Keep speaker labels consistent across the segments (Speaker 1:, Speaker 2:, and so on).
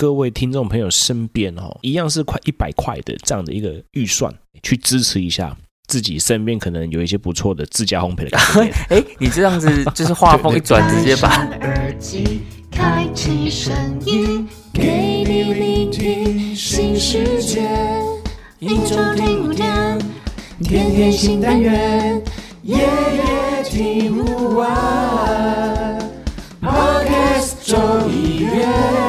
Speaker 1: 各位听众朋友身边哦，一样是快一百块的这样的一个预算去支持一下。自己身边可能有一些不错的自家烘焙的概 念，
Speaker 2: 哎，你这样子就是话锋一转，直接把
Speaker 3: 戴上耳机，开启声音，给你聆听新世界。一周听五天，天天新单元，夜夜听不完。Podcast 众议院。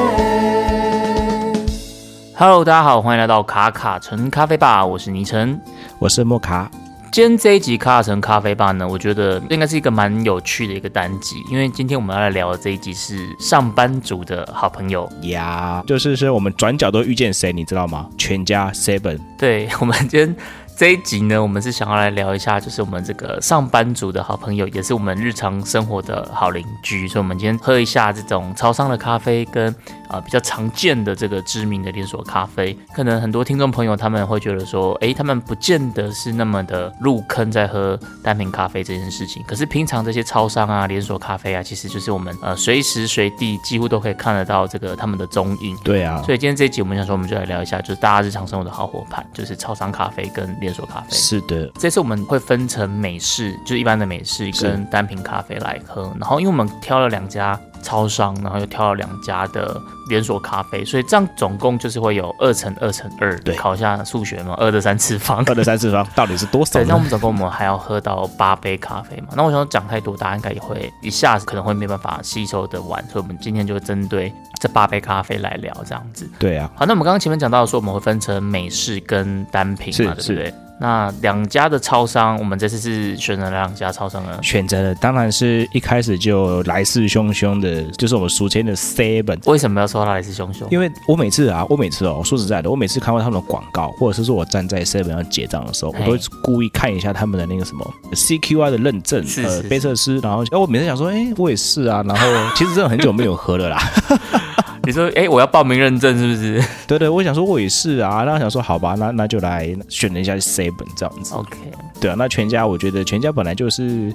Speaker 2: Hello，大家好，欢迎来到卡卡城咖啡吧，我是倪晨。
Speaker 1: 我是莫卡，
Speaker 2: 今天这一集卡卡城咖啡吧呢，我觉得应该是一个蛮有趣的一个单集，因为今天我们要来聊的这一集是上班族的好朋友。
Speaker 1: 呀，就是说我们转角都遇见谁，你知道吗？全家 Seven，
Speaker 2: 对我们今天这一集呢，我们是想要来聊一下，就是我们这个上班族的好朋友，也是我们日常生活的好邻居。所以，我们今天喝一下这种超商的咖啡跟，啊比较常见的这个知名的连锁咖啡。可能很多听众朋友他们会觉得说，诶，他们不见得是那么的入坑在喝单品咖啡这件事情。可是平常这些超商啊、连锁咖啡啊，其实就是我们呃随时随地几乎都可以看得到这个他们的踪影。
Speaker 1: 对啊，
Speaker 2: 所以今天这一集我们想说，我们就来聊一下，就是大家日常生活的好伙伴，就是超商咖啡跟连锁咖啡。
Speaker 1: 是的，
Speaker 2: 这次我们会分成美式，就是一般的美式
Speaker 1: 是
Speaker 2: 跟单品咖啡来喝。然后因为我们挑了两家超商，然后又挑了两家的连锁咖啡，所以这样总共就是会有二乘二乘二。
Speaker 1: 对
Speaker 2: 考一下数学嘛，二的三次方。
Speaker 1: 二的三次方到底是多少
Speaker 2: 对，那我
Speaker 1: 呢？
Speaker 2: 们总共我们还要喝到八杯咖啡嘛？那我想讲太多，大家应该也会一下子可能会没办法吸收的完，所以我们今天就针对这八杯咖啡来聊这样子。
Speaker 1: 对啊，
Speaker 2: 好，那我们刚刚前面讲到说，我们会分成美式跟单品嘛，
Speaker 1: 是
Speaker 2: 对不对？那两家的超商，我们这次是选择了两家超商啊呢？
Speaker 1: 选择的当然是一开始就来势汹汹的，就是我们俗称的 Seven。
Speaker 2: 为什么要说它来势汹汹？
Speaker 1: 因为我每次啊，我每次哦，我说实在的，我每次看到他们的广告，或者是说我站在 Seven 要结账的时候，我
Speaker 2: 嘿
Speaker 1: 都会故意看一下他们的那个什么 CQI 的认证，
Speaker 2: 是
Speaker 1: 呃
Speaker 2: 是，
Speaker 1: 贝瑟斯，然后，哎，我每次想说，哎，我也是啊，然后其实真的很久没有喝了啦，
Speaker 2: 你说，哎、我要报名认证是不是
Speaker 1: 对对，我想说我也是啊，然后想说好吧，那那就来选了一下 Seven 这样子，
Speaker 2: ？OK，
Speaker 1: 对啊，那全家我觉得全家本来就是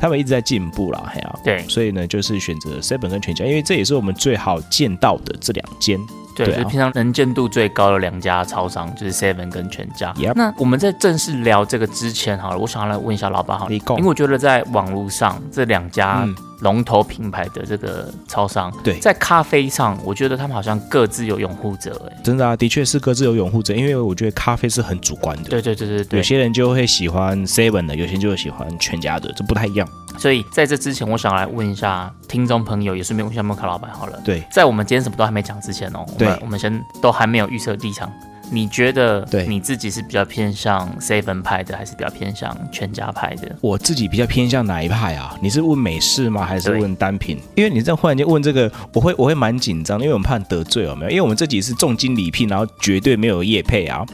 Speaker 1: 他们一直在进步啦，嘿啊，
Speaker 2: 对
Speaker 1: 所以呢就是选择 Seven 跟全家，因为这也是我们最好见到的这两间，
Speaker 2: 对，
Speaker 1: 对啊
Speaker 2: 就是平常能见度最高的两家超商，就是 Seven 跟全家。
Speaker 1: Yep
Speaker 2: 那我们在正式聊这个之前，好了，我想要来问一下老板好了，
Speaker 1: 你讲
Speaker 2: 因为我觉得在网络上这两家
Speaker 1: 嗯
Speaker 2: 龙头品牌的这个超商，
Speaker 1: 对
Speaker 2: 在咖啡上，我觉得他们好像各自有拥护者、哎。
Speaker 1: 真的啊，的确是各自有拥护者，因为我觉得咖啡是很主观的。
Speaker 2: 对对对对
Speaker 1: 有
Speaker 2: 对，
Speaker 1: 些人就会喜欢 Seven 的，有些人就会喜欢全家的，这不太一样。
Speaker 2: 所以在这之前，我想来问一下听众朋友，也顺便问一下莫卡老板好了。
Speaker 1: 对，
Speaker 2: 在我们今天什么都还没讲之前哦，我们
Speaker 1: 对
Speaker 2: 我们先都还没有预设立场。你觉得
Speaker 1: 对
Speaker 2: 你自己是比较偏向 seven 派的，还是比较偏向全家派的？
Speaker 1: 我自己比较偏向哪一派啊？你是问美式吗？还是
Speaker 2: 对
Speaker 1: 问单品？因为你这样忽然间问这个，我会我会蛮紧张的，因为我们怕得罪有没有？因为我们这集是重金礼聘，然后绝对没有业配啊。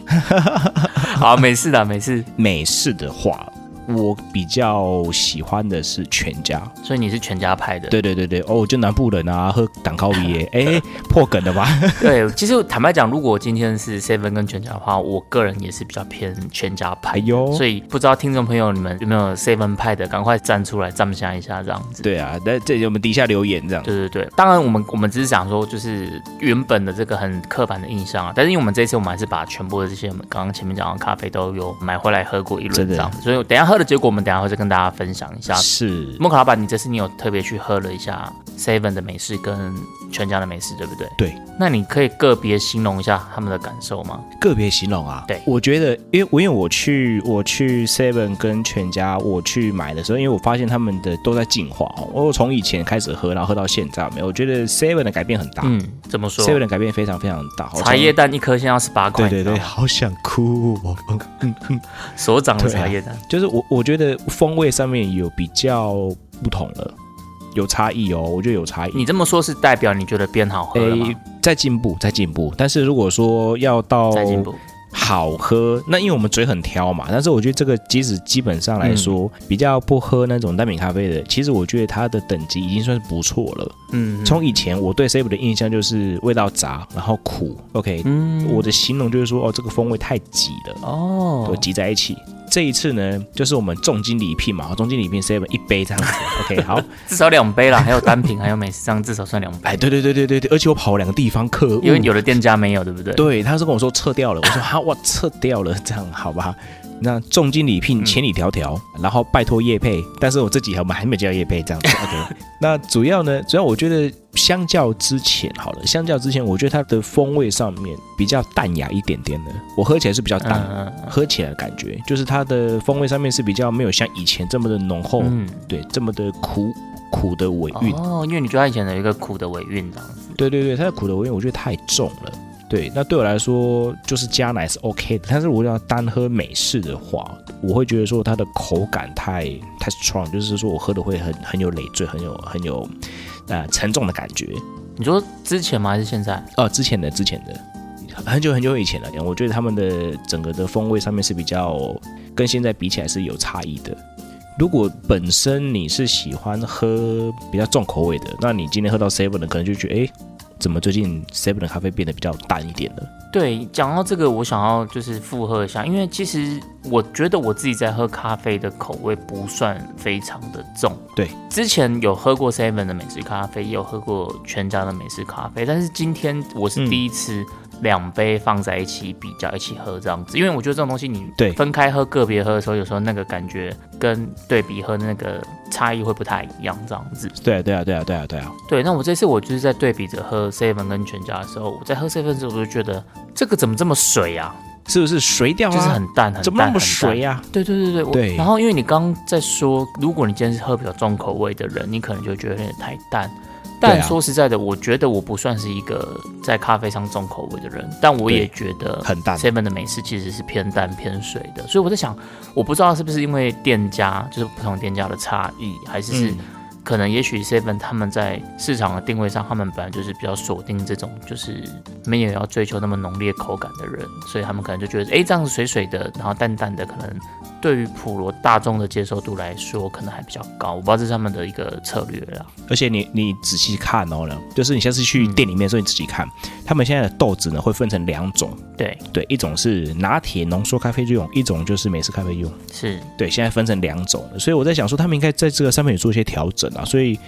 Speaker 2: 好，没事的，没事。
Speaker 1: 美式的话，我比较喜欢的是全家。
Speaker 2: 所以你是全家派的。
Speaker 1: 对对对对，哦，我就南部人啊，喝党 靠啤耶，哎，破梗了吧？
Speaker 2: 对，其实坦白讲，如果今天是 seven 跟全家的话，我个人也是比较偏全家派
Speaker 1: 哎。呦，
Speaker 2: 所以不知道听众朋友你们有没有 seven 派的，赶快站出来站下一下这样子。
Speaker 1: 对啊，那这里我们底下留言这样。
Speaker 2: 对对对，当然我们我们只是想说，就是原本的这个很刻板的印象啊，但是因为我们这次我们还是把全部的这些我们刚刚前面讲的咖啡都有买回来喝过一轮
Speaker 1: 真
Speaker 2: 这
Speaker 1: 的
Speaker 2: 样子，所以等一下喝的结果我们等一下会再跟大家分享一下。
Speaker 1: 是
Speaker 2: 莫卡老板，你这次你有特别去喝了一下 Seven 的美式跟全家的美式，对不对？
Speaker 1: 对。
Speaker 2: 那你可以个别形容一下他们的感受吗？
Speaker 1: 个别形容啊。
Speaker 2: 对
Speaker 1: 我觉得，因为我因为我去我去 Seven 跟全家我去买的时候，因为我发现他们的都在进化哦。我从以前开始喝，然后喝到现在，没有，我觉得 Seven 的改变很大。
Speaker 2: 嗯，怎么说？
Speaker 1: 啊 Seven 的改变非常非常大，
Speaker 2: 茶叶蛋一颗现在要十八块，
Speaker 1: 对对
Speaker 2: 你
Speaker 1: 对，
Speaker 2: 知道吗，
Speaker 1: 好想哭哦、
Speaker 2: 手掌的
Speaker 1: 对啊
Speaker 2: 茶叶蛋，
Speaker 1: 就是我我觉得风味上面有比较不同了，有差异哦，我觉得有差异。
Speaker 2: 你这么说是代表你觉得变好喝了吗？
Speaker 1: 在进步，在进步。但是如果说要到
Speaker 2: 在进步。
Speaker 1: 好喝，那因为我们嘴很挑嘛，但是我觉得这个即使基本上来说、
Speaker 2: 嗯
Speaker 1: 比较不喝那种单品咖啡的，其实我觉得它的等级已经算是不错了。
Speaker 2: 嗯，
Speaker 1: 从以前我对 Save 的印象就是味道杂，然后苦，OK，、
Speaker 2: 嗯
Speaker 1: 我的形容就是说哦，这个风味太挤了，
Speaker 2: 哦
Speaker 1: 都，挤在一起。这一次呢，就是我们重金礼聘嘛，重金礼聘 seven 一杯这样子。OK，好，
Speaker 2: 至少两杯啦，还有单品，还有美食，这样至少算两杯。
Speaker 1: 哎，对对对对对对，而且我跑两个地方客户，
Speaker 2: 因为有的店家没有，对嗯不对？
Speaker 1: 对，他是跟我说撤掉了，我 说哈，我撤掉了，这样好吧？那重金礼聘千里迢迢，
Speaker 2: 嗯
Speaker 1: 然后拜托叶配，但是我自己我们还没有叫叶配这 样子。OK，那主要呢，主要我觉得相较之前好了，相较之前，我觉得它的风味上面比较淡雅一点点的，我喝起来是比较淡，
Speaker 2: 嗯嗯
Speaker 1: 喝起来的感觉就是它的风味上面是比较没有像以前这么的浓厚，
Speaker 2: 嗯
Speaker 1: 对，这么的苦苦的尾韵。
Speaker 2: 哦，因为你觉得它以前有一个苦的尾韵这样子，
Speaker 1: 对对对，它的苦的味我觉得太重了。对，那对我来说就是加奶是 OK 的，但是如果要单喝美式的话，我会觉得说它的口感太太 strong，就是说我喝的会很很有累赘，很有很有呃沉重的感觉。
Speaker 2: 你说之前吗？还是现在？
Speaker 1: 哦，之前的之前的很久很久以前了，我觉得他们的整个的风味上面是比较跟现在比起来是有差异的。如果本身你是喜欢喝比较重口味的，那你今天喝到 seven 的，可能就觉得哎、诶怎么最近 seven 的咖啡变得比较淡一点了？
Speaker 2: 对，讲到这个，我想要就是附和一下，因为其实我觉得我自己在喝咖啡的口味不算非常的重。
Speaker 1: 对，
Speaker 2: 之前有喝过 Seven 的美式咖啡，也有喝过全家的美式咖啡，但是今天我是
Speaker 1: 嗯
Speaker 2: 第一次两杯放在一起比较一起喝这样子，因为我觉得这种东西你
Speaker 1: 对
Speaker 2: 分开喝、个别喝的时候，有时候那个感觉跟对比喝的那个差异会不太一样这样子。
Speaker 1: 对啊，对啊，对啊，对啊，对啊，
Speaker 2: 对，那我这次我就是在对比着喝 seven 跟全家的时候，我在喝 seven 的时候，我就觉得这个怎么这么水啊？
Speaker 1: 是不是水掉啊？
Speaker 2: 就是很淡，很淡，
Speaker 1: 怎么那
Speaker 2: 很
Speaker 1: 么
Speaker 2: 淡
Speaker 1: 水啊？
Speaker 2: 对对对对，我
Speaker 1: 对
Speaker 2: 然后因为你刚刚在说，如果你今天是喝比较重口味的人，你可能就觉得有点太淡。
Speaker 1: 对
Speaker 2: 但
Speaker 1: 啊
Speaker 2: 说实在的，我觉得我不算是一个在咖啡上重口味的人，但我也
Speaker 1: 对
Speaker 2: 觉得
Speaker 1: 很淡
Speaker 2: Seven 的美式其实是偏淡偏水的，所以我在想，我不知道是不是因为店家就是不同店家的差异，还是是
Speaker 1: 嗯
Speaker 2: 可能也许 Seven 他们在市场的定位上，他们本来就是比较锁定这种就是没有要追求那么浓烈口感的人，所以他们可能就觉得，哎、这样子水水的，然后淡淡的，可能对于普罗大众的接受度来说，可能还比较高。我不知道这是他们的一个策略啦。
Speaker 1: 而且你你仔细看哦，就是你下次
Speaker 2: 嗯
Speaker 1: 去店里面的时候，你仔细看，他们现在的豆子呢会分成两种，
Speaker 2: 对，
Speaker 1: 对，一种是拿铁浓缩咖啡用，一种就是美式咖啡用。
Speaker 2: 是
Speaker 1: 对，现在分成两种了，所以我在想说，他们应该在这个上面有做一些调整啊，所以，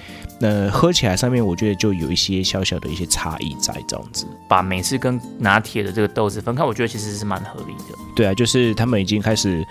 Speaker 1: 呃，喝起来上面我觉得就有一些小小的一些差异在这样子。
Speaker 2: 把美式跟拿铁的这个豆子分开，我觉得其实是蛮合理的。
Speaker 1: 对啊，就是他们已经开始，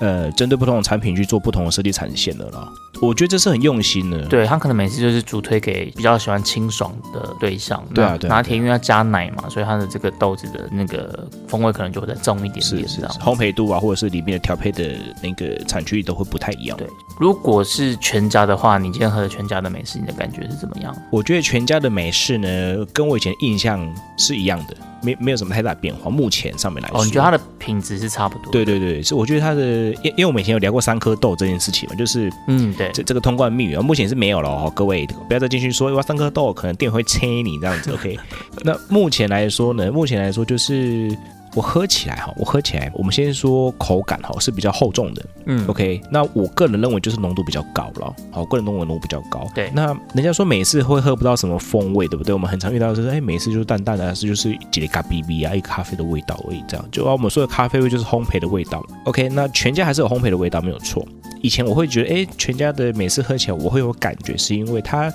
Speaker 1: 呃，针对不同的产品去做不同的设计产线了啦。我觉得这是很用心的。
Speaker 2: 对他可能每次就是主推给比较喜欢清爽的对象，
Speaker 1: 对啊
Speaker 2: 那
Speaker 1: 对啊
Speaker 2: 拿铁因为要加奶嘛，所以它的这个豆子的那个风味可能就会再重一点
Speaker 1: 是
Speaker 2: 点
Speaker 1: 是是
Speaker 2: 这样。
Speaker 1: 烘焙度啊，或者是里面的调配的那个产区都会不太一样。
Speaker 2: 对如果是全家的话，你今天喝了全家的美式，你的感觉是怎么样？
Speaker 1: 我觉得全家的美式呢，跟我以前印象是一样的，没没有什么太大变化。目前上面来说，
Speaker 2: 哦，你觉得它的品质是差不多？，
Speaker 1: 对对对，是我觉得它的，因因为我们以前有聊过三颗豆这件事情嘛，就是
Speaker 2: 嗯，对，
Speaker 1: 这这个通关密语啊，目前是没有了哦，各位不要再进去说哇，三颗豆可能店会切你这样子。OK，那目前来说呢，目前来说就是我喝起来哈，我喝起来，我们先说口感哈是比较厚重的。
Speaker 2: 嗯
Speaker 1: OK，那我个人认为就是浓度比较高了，好，个人认为浓度比较高。
Speaker 2: 对
Speaker 1: 那人家说每次会喝不到什么风味，对不对？我们很常遇到的就是，哎，每次就是淡淡的，是就是几粒咖哔哔啊，一咖啡的味道而已，这样。就啊，我们说的咖啡味就是烘焙的味道。OK，那全家还是有烘焙的味道，没有错。以前我会觉得，哎，全家的每次喝起来我会有感觉，是因为它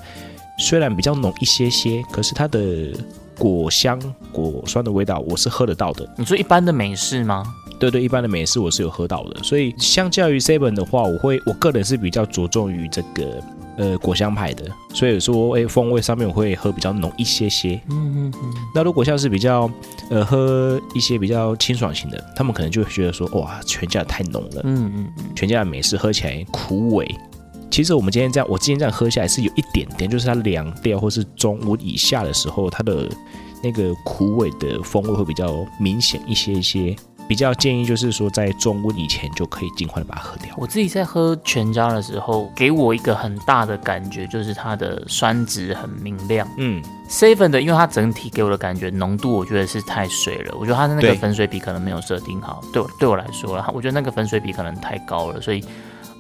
Speaker 1: 虽然比较浓一些些，可是它的果香、果酸的味道我是喝得到的。
Speaker 2: 你说一般的美式吗？
Speaker 1: 对对，一般的美式我是有喝到的，所以相较于 Seven 的话，我会我个人是比较着重于这个呃果香派的，所以说诶风味上面我会喝比较浓一些些。
Speaker 2: 嗯嗯嗯，
Speaker 1: 那如果像是比较呃喝一些比较清爽型的，他们可能就会觉得说哇全家太浓了，
Speaker 2: 嗯嗯嗯，
Speaker 1: 全家的美式喝起来苦味。其实我们今天这样，我今天这样喝下来是有一点点，就是它凉掉或是中午以下的时候，它的那个苦味的风味会比较明显一些一些。比较建议就是说，在中午以前就可以尽快的把它喝掉。
Speaker 2: 我自己在喝全家的时候，给我一个很大的感觉就是它的酸值很明亮。
Speaker 1: 嗯，
Speaker 2: seven 的，因为它整体给我的感觉浓度，我觉得是太水了。我觉得它的那个
Speaker 1: 对
Speaker 2: 粉水比可能没有设定好，对我对我来说啦，我觉得那个粉水比可能太高了，所以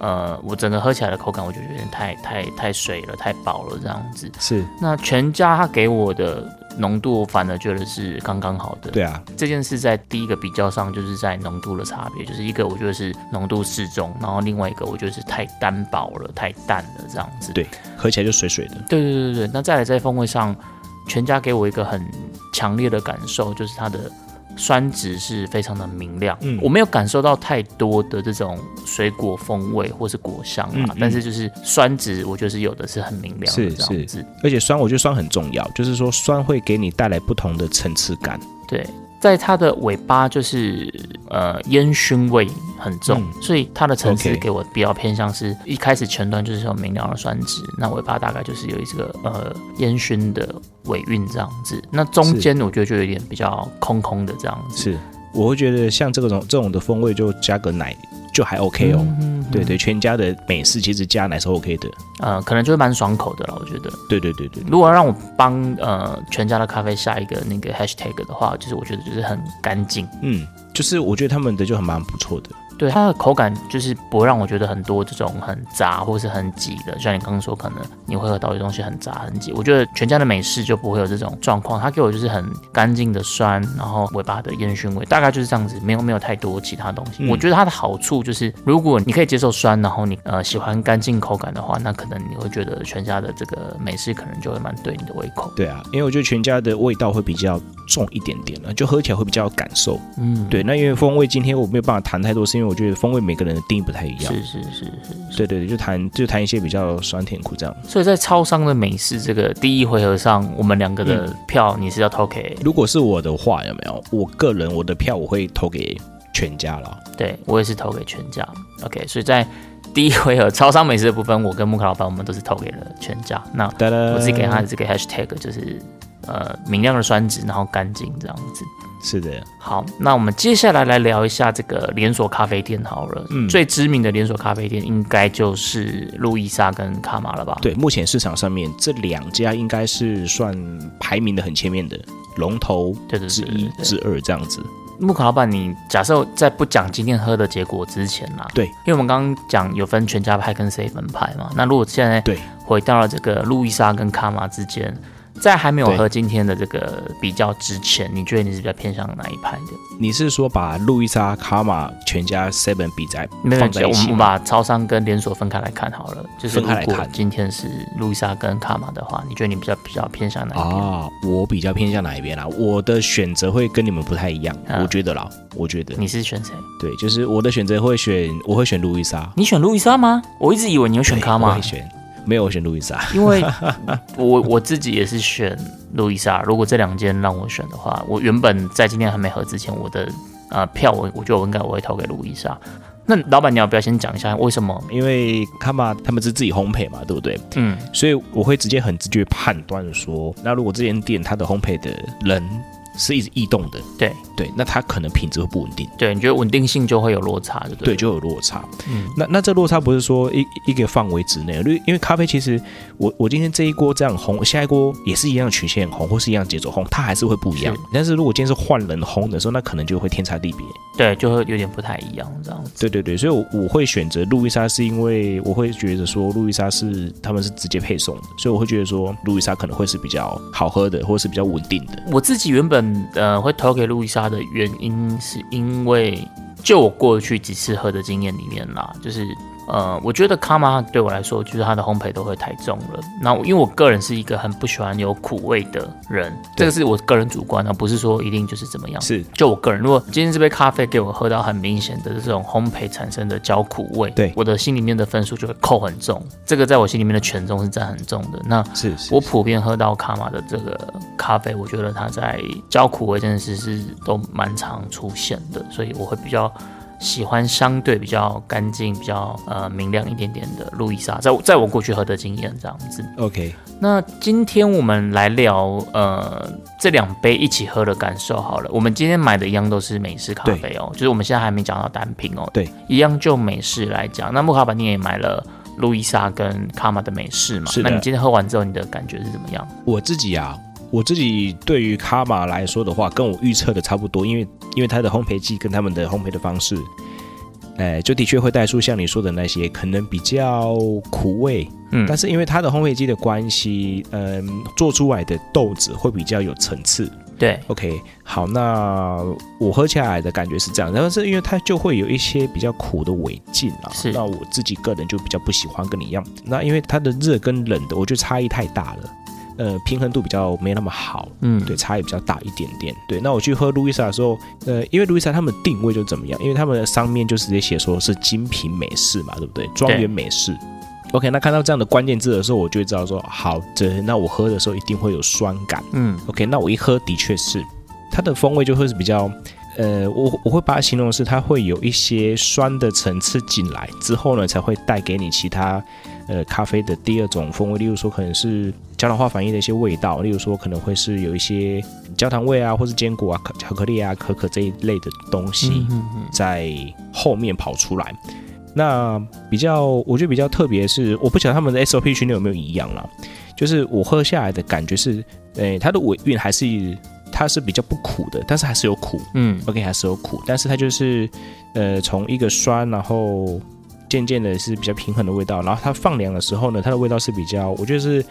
Speaker 2: 呃，我整个喝起来的口感，我就觉得有点太太太水了，太饱了这样子。
Speaker 1: 是
Speaker 2: 那全家它给我的浓度反而觉得是刚刚好的。
Speaker 1: 对啊，
Speaker 2: 这件事在第一个比较上，就是在浓度的差别，就是一个我觉得是浓度适中，然后另外一个我觉得是太单薄了、太淡了这样子。
Speaker 1: 对喝起来就水水的。
Speaker 2: 对对对对对，那再来在风味上，全家给我一个很强烈的感受，就是它的酸值是非常的明亮。
Speaker 1: 嗯
Speaker 2: 我没有感受到太多的这种水果风味或是果香啊，
Speaker 1: 嗯嗯
Speaker 2: 但是就是酸值，我觉得是有的是很明亮的
Speaker 1: 是
Speaker 2: 这样子。
Speaker 1: 而且酸，我觉得酸很重要，就是说酸会给你带来不同的层次感。
Speaker 2: 对，在它的尾巴就是呃烟熏味很重，
Speaker 1: 嗯
Speaker 2: 所以它的层次
Speaker 1: OK
Speaker 2: 给我比较偏向是一开始前端就是有明亮的酸质，那尾巴大概就是有一个呃烟熏的尾韵这样子，那中间我觉得就有点比较空空的这样子。
Speaker 1: 是，我会觉得像这种这种的风味，就加个奶就还 OK 哦。
Speaker 2: 嗯
Speaker 1: 对对，全家的美式其实加奶是 OK 的。
Speaker 2: 呃，可能就是蛮爽口的了，我觉得。
Speaker 1: 对对对对，
Speaker 2: 如果让我帮呃全家的咖啡下一个那个 hashtag 的话，就是我觉得就是很干净，
Speaker 1: 嗯，就是我觉得他们的就很蛮不错的。
Speaker 2: 对它的口感就是不会让我觉得很多这种很杂或是很挤的，像你刚刚说，可能你会喝到的东西很杂很挤。我觉得全家的美式就不会有这种状况，它给我就是很干净的酸，然后尾巴的烟熏味，大概就是这样子，没有没有太多其他东西。
Speaker 1: 嗯
Speaker 2: 我觉得它的好处就是，如果你可以接受酸，然后你呃喜欢干净口感的话，那可能你会觉得全家的这个美式可能就会蛮对你的胃口。
Speaker 1: 对啊，因为我觉得全家的味道会比较重一点点啊了，就喝起来会比较有感受。
Speaker 2: 嗯，
Speaker 1: 对，那因为风味今天我没有办法谈太多，是因为我觉得风味每个人的定义不太一样。
Speaker 2: 是是是是。
Speaker 1: 对对对，就谈就谈一些比较酸甜苦这样。
Speaker 2: 所以在超商的美式这个第一回合上，我们两个的票你是要投给
Speaker 1: 如果是我的话，有没有？我个人我的票我会投给全家了。
Speaker 2: 对我也是投给全家。OK，所以在第一回合超商美食的部分，我跟木卡老板我们都是投给了全家。那
Speaker 1: 哒哒，
Speaker 2: 我自己给他的这个 hashtag 就是呃明亮的酸质，然后干净这样子。
Speaker 1: 是的，
Speaker 2: 好，那我们接下来来聊一下这个连锁咖啡店好了。
Speaker 1: 嗯
Speaker 2: 最知名的连锁咖啡店应该就是路易莎跟卡玛了吧？
Speaker 1: 对，目前市场上面这两家应该是算排名的很前面的龙头
Speaker 2: 对对
Speaker 1: 之
Speaker 2: 对对
Speaker 1: 一
Speaker 2: 对
Speaker 1: 之二这样子。
Speaker 2: 木卡老板，你假设在不讲今天喝的结果之前啦、
Speaker 1: 对
Speaker 2: 因为我们刚刚讲有分全家派跟 C 分派嘛，那如果现在
Speaker 1: 对
Speaker 2: 回到了这个路易莎跟卡玛之间，在还没有
Speaker 1: 对
Speaker 2: 和今天的这个比较之前，你觉得你是比较偏向哪一派的？
Speaker 1: 你是说把路易莎、卡玛、全家 Seven 比在
Speaker 2: 没有，
Speaker 1: 放
Speaker 2: 没
Speaker 1: 在
Speaker 2: 有
Speaker 1: 一
Speaker 2: 我
Speaker 1: 起
Speaker 2: 们
Speaker 1: 吗？
Speaker 2: 把超商跟连锁分开来看好了。就是
Speaker 1: 分
Speaker 2: 如
Speaker 1: 开来
Speaker 2: 果
Speaker 1: 看
Speaker 2: 今天是路易莎跟卡玛的话，你觉得你比较比较偏向哪一边？
Speaker 1: 啊，我比较偏向哪一边啦、啊我的选择会跟你们不太一样，
Speaker 2: 啊
Speaker 1: 我觉得啦，我觉得
Speaker 2: 你是选谁？
Speaker 1: 对，就是我的选择会选，我会选路易莎，
Speaker 2: 你选路易莎吗？我一直以为你会选
Speaker 1: 对
Speaker 2: 卡
Speaker 1: 我
Speaker 2: 玛
Speaker 1: 会，选，没有我选路易莎，
Speaker 2: 因为我我自己也是选路易莎。如果这两间让我选的话，我原本在今天还没合之前，我的呃票我我觉得我应该我会投给路易莎。那老板，你要不要先讲一下为什么？
Speaker 1: 因为卡玛他们是自己烘焙嘛，对不对？
Speaker 2: 嗯，
Speaker 1: 所以我会直接很直觉判断说，那如果这间店它的烘焙的人是一直异动的，
Speaker 2: 对
Speaker 1: 对，那它可能品质会不稳定，
Speaker 2: 对，你觉得稳定性就会有落差，对不
Speaker 1: 对，
Speaker 2: 对？
Speaker 1: 就有落差。
Speaker 2: 嗯
Speaker 1: 那那这落差不是说一一个范围之内，因为因为咖啡其实我我今天这一锅这样烘，下一锅也是一样曲线烘，或是一样节奏烘，它还是会不一样
Speaker 2: 是。
Speaker 1: 但是如果今天是换人烘的时候，那可能就会天差地别。
Speaker 2: 对，就会有点不太一样这样子。
Speaker 1: 对对对，所以我，我会选择路易莎，是因为我会觉得说路易莎是他们是直接配送的，所以我会觉得说路易莎可能会是比较好喝的，或是比较稳定的。
Speaker 2: 我自己原本呃会投给路易莎的原因，是因为就我过去几次喝的经验里面啦，就是呃，我觉得卡玛对我来说，就是它的烘焙都会太重了。那我因为我个人是一个很不喜欢有苦味的人，这个是我个人主观啊的，不是说一定就是怎么样。
Speaker 1: 是
Speaker 2: 就我个人，如果今天这杯咖啡给我喝到很明显的这种烘焙产生的焦苦味，
Speaker 1: 对
Speaker 2: 我的心里面的分数就会扣很重，这个在我心里面的权重是占很重的。那
Speaker 1: 是是
Speaker 2: 我普遍喝到卡玛的这个咖啡，我觉得它在焦苦味这件事是都蛮常出现的，所以我会比较喜欢相对比较干净、比较呃明亮一点点的路易莎，在我在我过去喝的经验这样子。
Speaker 1: OK，
Speaker 2: 那今天我们来聊呃这两杯一起喝的感受好了。我们今天买的一样都是美式咖啡哦，就是我们现在还没讲到单品哦。
Speaker 1: 对，
Speaker 2: 一样就美式来讲，那木卡板你也买了路易莎跟卡玛的美式嘛？
Speaker 1: 是的
Speaker 2: 那你今天喝完之后，你的感觉是怎么样？
Speaker 1: 我自己啊，我自己对于卡玛来说的话，跟我预测的差不多，因为因为它的烘焙技跟他们的烘焙的方式哎，就的确会带出像你说的那些可能比较苦味，
Speaker 2: 嗯
Speaker 1: 但是因为它的烘焙机的关系，嗯，做出来的豆子会比较有层次。
Speaker 2: 对，
Speaker 1: OK，好，那我喝起来的感觉是这样，但是因为它就会有一些比较苦的尾劲啊，
Speaker 2: 是
Speaker 1: 那我自己个人就比较不喜欢跟你一样，那因为它的热跟冷的，我觉得差异太大了，呃，平衡度比较没那么好。
Speaker 2: 嗯，
Speaker 1: 对，，差异比较大一点点。对，那我去喝路易莎的时候，呃，因为路易莎他们定位就怎么样？因为他们的上面就直接写说是精品美式嘛，对不对？庄园美式。OK，那看到这样的关键字的时候，我就会知道说，好的，那我喝的时候一定会有酸感。
Speaker 2: 嗯
Speaker 1: OK，那我一喝的确是，它的风味就会是比较，呃，我我会把它形容是它会有一些酸的层次进来之后呢，才会带给你其他呃咖啡的第二种风味，例如说可能是焦糖化反应的一些味道，例如说可能会是有一些焦糖味啊，或是坚果啊、可巧克力啊、可可这一类的东西。
Speaker 2: 嗯嗯嗯，
Speaker 1: 在后面跑出来。那比较，我觉得比较特别的是，我不晓得他们的 SOP 训练有没有一样啦。就是我喝下来的感觉是，诶、它的尾韵还是它是比较不苦的，但是还是有苦
Speaker 2: 嗯
Speaker 1: ，OK，还是有苦，但是它就是呃从一个酸，然后渐渐的是比较平衡的味道，然后它放凉的时候呢，它的味道是比较，我觉得是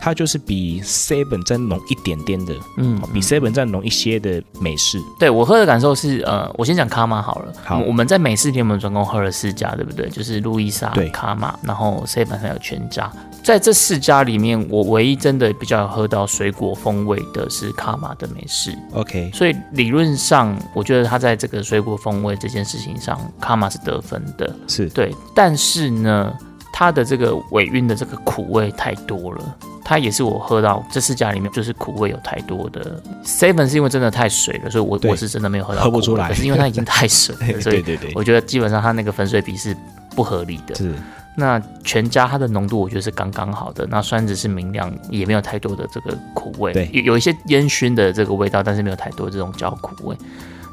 Speaker 1: 它就是比 seven 再浓一点点的，
Speaker 2: 嗯，
Speaker 1: 比 seven 再浓一些的美式，
Speaker 2: 对我喝的感受是，呃，我先讲卡玛好了。
Speaker 1: 好
Speaker 2: 我我们在美式店我们总共喝了四家，对不对？就是路易莎
Speaker 1: 对、
Speaker 2: 卡玛，然后 seven 还有全家。在这四家里面，我唯一真的比较有喝到水果风味的是卡玛的美式，
Speaker 1: OK，
Speaker 2: 所以理论上，我觉得它在这个水果风味这件事情上，卡玛是得分的。
Speaker 1: 是
Speaker 2: 对，但是呢，它的这个尾韵的这个苦味太多了，它也是我喝到这四家里面就是苦味有太多的。Seven 是因为真的太水了，所以我
Speaker 1: 对
Speaker 2: 我是真的没有喝到
Speaker 1: 喝
Speaker 2: 苦味，
Speaker 1: 不出来
Speaker 2: 可是因为它已经太水了，所
Speaker 1: 对
Speaker 2: 以
Speaker 1: 对对，
Speaker 2: 我觉得基本上它那个粉水比是不合理的。
Speaker 1: 是。
Speaker 2: 那全家它的浓度我觉得是刚刚好的，那酸质是明亮，也没有太多的这个苦味，
Speaker 1: 对
Speaker 2: 有有一些烟熏的这个味道，但是没有太多这种焦苦味。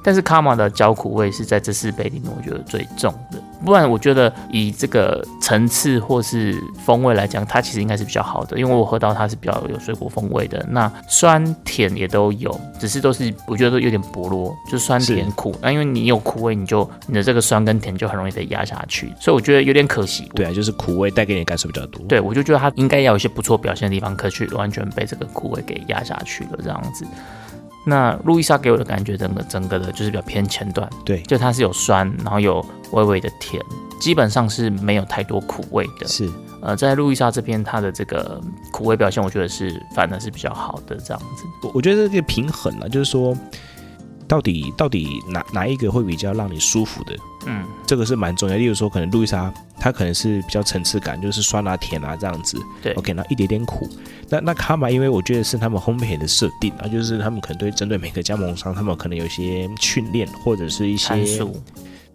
Speaker 2: 但是卡玛的焦苦味是在这四杯里面我觉得最重的，不然我觉得以这个层次或是风味来讲，它其实应该是比较好的，因为我喝到它是比较有水果风味的，那酸甜也都有，只是都是我觉得都有点薄弱，就酸甜
Speaker 1: 是
Speaker 2: 苦。那因为你有苦味，你就你的这个酸跟甜就很容易被压下去，所以我觉得有点可惜。
Speaker 1: 对啊，就是苦味带给你的感受比较多。，
Speaker 2: 对，我就觉得他应该要有一些不错表现的地方，可去完全被这个枯萎给压下去了这样子。那路易莎给我的感觉，整个整个的就是比较偏前段，
Speaker 1: 对
Speaker 2: 就它是有酸，然后有微微的甜，基本上是没有太多苦味的。
Speaker 1: 是
Speaker 2: 呃，在路易莎这边，它的这个苦味表现，我觉得是反而是比较好的这样子。
Speaker 1: 我我觉得这个平衡啊，就是说，到底到底哪哪一个会比较让你舒服的，
Speaker 2: 嗯，
Speaker 1: 这个是蛮重要。例如说，可能路易莎它可能是比较层次感，就是酸啊、甜啊这样子。
Speaker 2: 对
Speaker 1: ，OK，那一点点苦。那那卡玛，因为我觉得是他们烘焙的设定啊，就是他们可能对针对每个加盟商，他们可能有一些训练或者是一些
Speaker 2: 参数，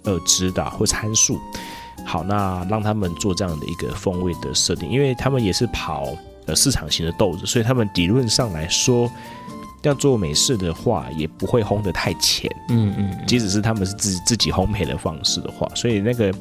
Speaker 1: 呃指导或参数。好，那让他们做这样的一个风味的设定，因为他们也是跑呃市场型的豆子，所以他们理论上来说，要做美式的话，也不会烘得太浅，
Speaker 2: 嗯嗯嗯，
Speaker 1: 即使是他们是自自己烘焙的方式的话，所以那个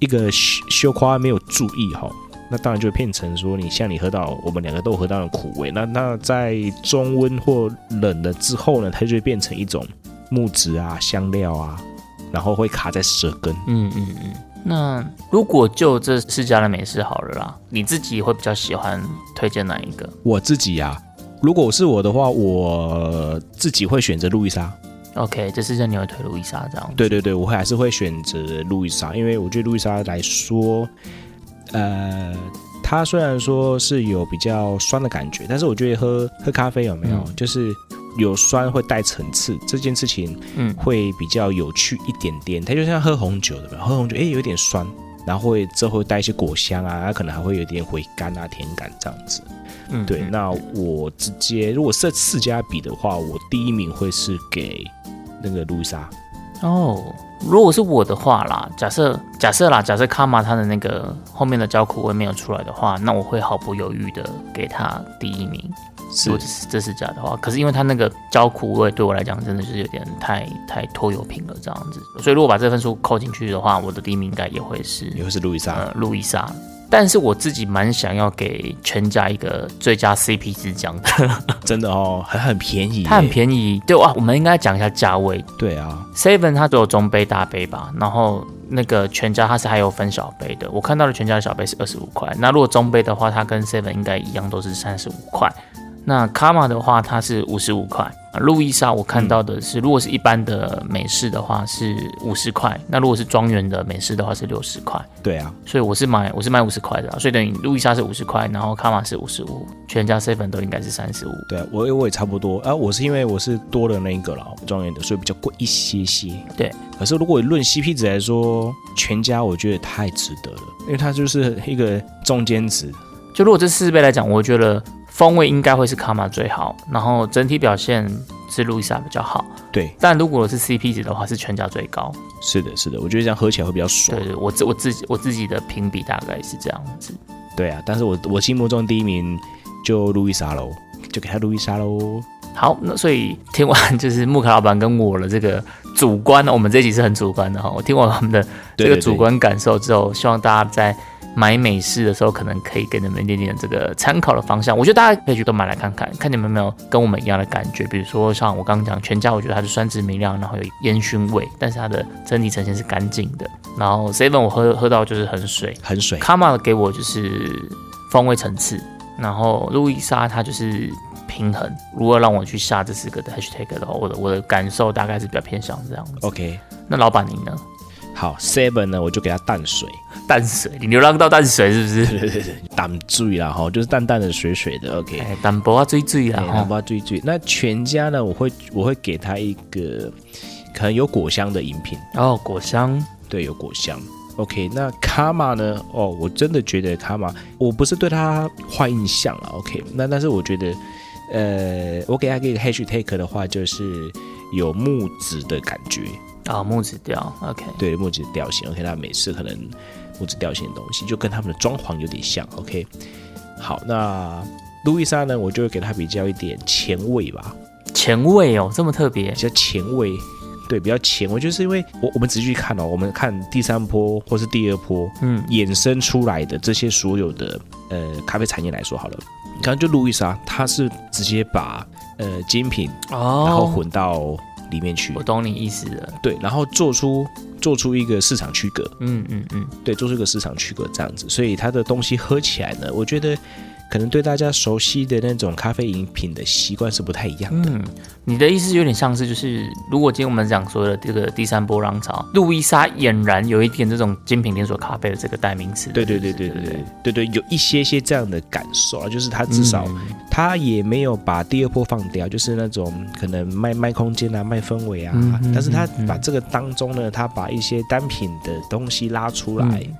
Speaker 1: 一个修修夸没有注意哈，那当然就变成说你像你喝到我们两个都喝到的苦味，那 那在中温或冷了之后呢，它就会变成一种木质啊、香料啊，然后会卡在舌根。
Speaker 2: 嗯嗯嗯。那如果就这四家的美式好了啦，你自己会比较喜欢推荐哪一个？
Speaker 1: 我自己啊，如果是我的话，我自己会选择路易莎。
Speaker 2: OK，这是让你会推路易莎这样。
Speaker 1: 对对对，我会还是会选择路易莎，因为我觉得路易莎来说，呃，它虽然说是有比较酸的感觉，但是我觉得喝喝咖啡有没有，
Speaker 2: 嗯
Speaker 1: 就是有酸会带层次，这件事情
Speaker 2: 嗯
Speaker 1: 会比较有趣一点点。它就像喝红酒的嘛，喝红酒哎有点酸，然后会之后会带一些果香啊，它可能还会有点回甘啊、甜感这样子。
Speaker 2: 嗯，
Speaker 1: 对，
Speaker 2: 嗯
Speaker 1: 那我直接如果这四家比的话，我第一名会是给那个路易莎。
Speaker 2: 哦，如果是我的话啦，假设假设啦，假设卡玛他的那个后面的焦苦味没有出来的话，那我会毫不犹豫的给他第一名。
Speaker 1: 是
Speaker 2: 如果这是这是假的话，可是因为他那个焦苦味对我来讲真的是有点太太拖油瓶了这样子，所以如果把这分数扣进去的话，我的第一名应该也会是
Speaker 1: 也会是路易莎。
Speaker 2: 呃路易莎。但是我自己蛮想要给全家一个最佳 CP 值奖 的，
Speaker 1: 真的哦，很很便宜耶，
Speaker 2: 它很便宜。对哇，我们应该讲一下价位，
Speaker 1: 对啊，
Speaker 2: Seven 它只有中杯大杯吧，然后那个全家它是还有分小杯的，我看到的全家的小杯是二十五块。那如果中杯的话，它跟 Seven 应该一样都是三十五块。那卡玛的话，它是五十五块。啊路易莎我看到的是，如果是一般的美式的话是五十块，那如果是庄园的美式的话是六十块。
Speaker 1: 对啊，
Speaker 2: 所以我是买我是买五十块的啊、所以等于路易莎是五十块，然后卡玛是五十五，全家 seven 都应该是三十五。
Speaker 1: 对啊，我我也差不多啊。我是因为我是多了那一个了庄园的，所以比较贵一些些。
Speaker 2: 对，
Speaker 1: 可是如果论 CP 值来说，全家我觉得太值得了，因为它就是一个中间值。
Speaker 2: 就如果这四杯来讲，我觉得风味应该会是卡玛最好，然后整体表现是路易莎比较好。
Speaker 1: 对，
Speaker 2: 但如果是 CP 值的话，是全家最高。
Speaker 1: 是的，是的，我觉得这样喝起来会比较爽。
Speaker 2: 对对，我自我自己我自己的评比大概是这样子。
Speaker 1: 对啊，但是我我心目中第一名就路易莎喽，就给他路易莎喽。
Speaker 2: 好，那所以听完就是木卡老板跟我的这个主观，我们这一集是很主观的哈。我听完他们的
Speaker 1: 对
Speaker 2: 这个
Speaker 1: 对
Speaker 2: 主
Speaker 1: 对
Speaker 2: 观感受之后，希望大家在买美式的时候，可能可以给你们一点点这个参考的方向。我觉得大家可以去都买来看看，看你们有没有跟我们一样的感觉。比如说像我刚刚讲全家，我觉得它是酸质明亮，然后有烟熏味，但是它的整体呈现是干净的。然后 seven 我喝喝到就是很水，
Speaker 1: 很水，
Speaker 2: 卡玛给我就是风味层次，然后路易莎它就是平衡。如果让我去下这四个的 hashtag 的话，我的我的感受大概是比较偏向这样子。
Speaker 1: OK，
Speaker 2: 那老板你呢？
Speaker 1: 好，Seven 呢，我就给他淡水，
Speaker 2: 淡水，你流浪到淡水是不是？
Speaker 1: 淡醉啦哈，就是淡淡的、水水的。OK，
Speaker 2: 哎，淡薄啊，追追啊，
Speaker 1: 对，他
Speaker 2: 哈
Speaker 1: 不要追追。那全家呢，我会我会给他一个可能有果香的饮品，
Speaker 2: 哦，果香，
Speaker 1: 对，有果香。OK，那卡玛呢？哦，我真的觉得卡玛，我不是对他坏印象了。OK，那但是我觉得，呃，我给他一个 hash take 的话，就是有木质的感觉，
Speaker 2: 啊，木质调，OK，
Speaker 1: 对，木质调性。OK，他每次可能木质调性的东西，就跟他们的装潢有点像。OK，好，那路易莎呢，我就会给他比较一点前卫吧。
Speaker 2: 前卫哦，这么特别
Speaker 1: 比，较前卫，对，比较前卫，就是因为我我们仔细去看哦，我们看第三波或是第二波
Speaker 2: 嗯，
Speaker 1: 衍生出来的这些所有的呃咖啡产业来说好了，你看就路易莎，它是直接把呃精品然后
Speaker 2: 哦，
Speaker 1: 混到里面去，
Speaker 2: 我懂你意思了，
Speaker 1: 对，然后做出做出一个市场区隔，
Speaker 2: 嗯嗯嗯，
Speaker 1: 对，做出一个市场区隔这样子，所以它的东西喝起来呢，我觉得。可能对大家熟悉的那种咖啡饮品的习惯是不太一样的，
Speaker 2: 嗯，你的意思有点像是，就是如果今天我们讲所谓的这个第三波浪潮，路易莎俨然有一点这种精品连锁咖啡的这个代名词。
Speaker 1: 对对对
Speaker 2: 是不
Speaker 1: 对
Speaker 2: 是
Speaker 1: 对
Speaker 2: 对
Speaker 1: 对对对，有一些些这样的感受啊，就是它至
Speaker 2: 嗯
Speaker 1: 少它也没有把第二波放掉，就是那种可能卖卖空间啊、卖氛围啊，
Speaker 2: 嗯嗯
Speaker 1: 但是它
Speaker 2: 嗯
Speaker 1: 把这个当中呢，它把一些单品的东西拉出来，
Speaker 2: 嗯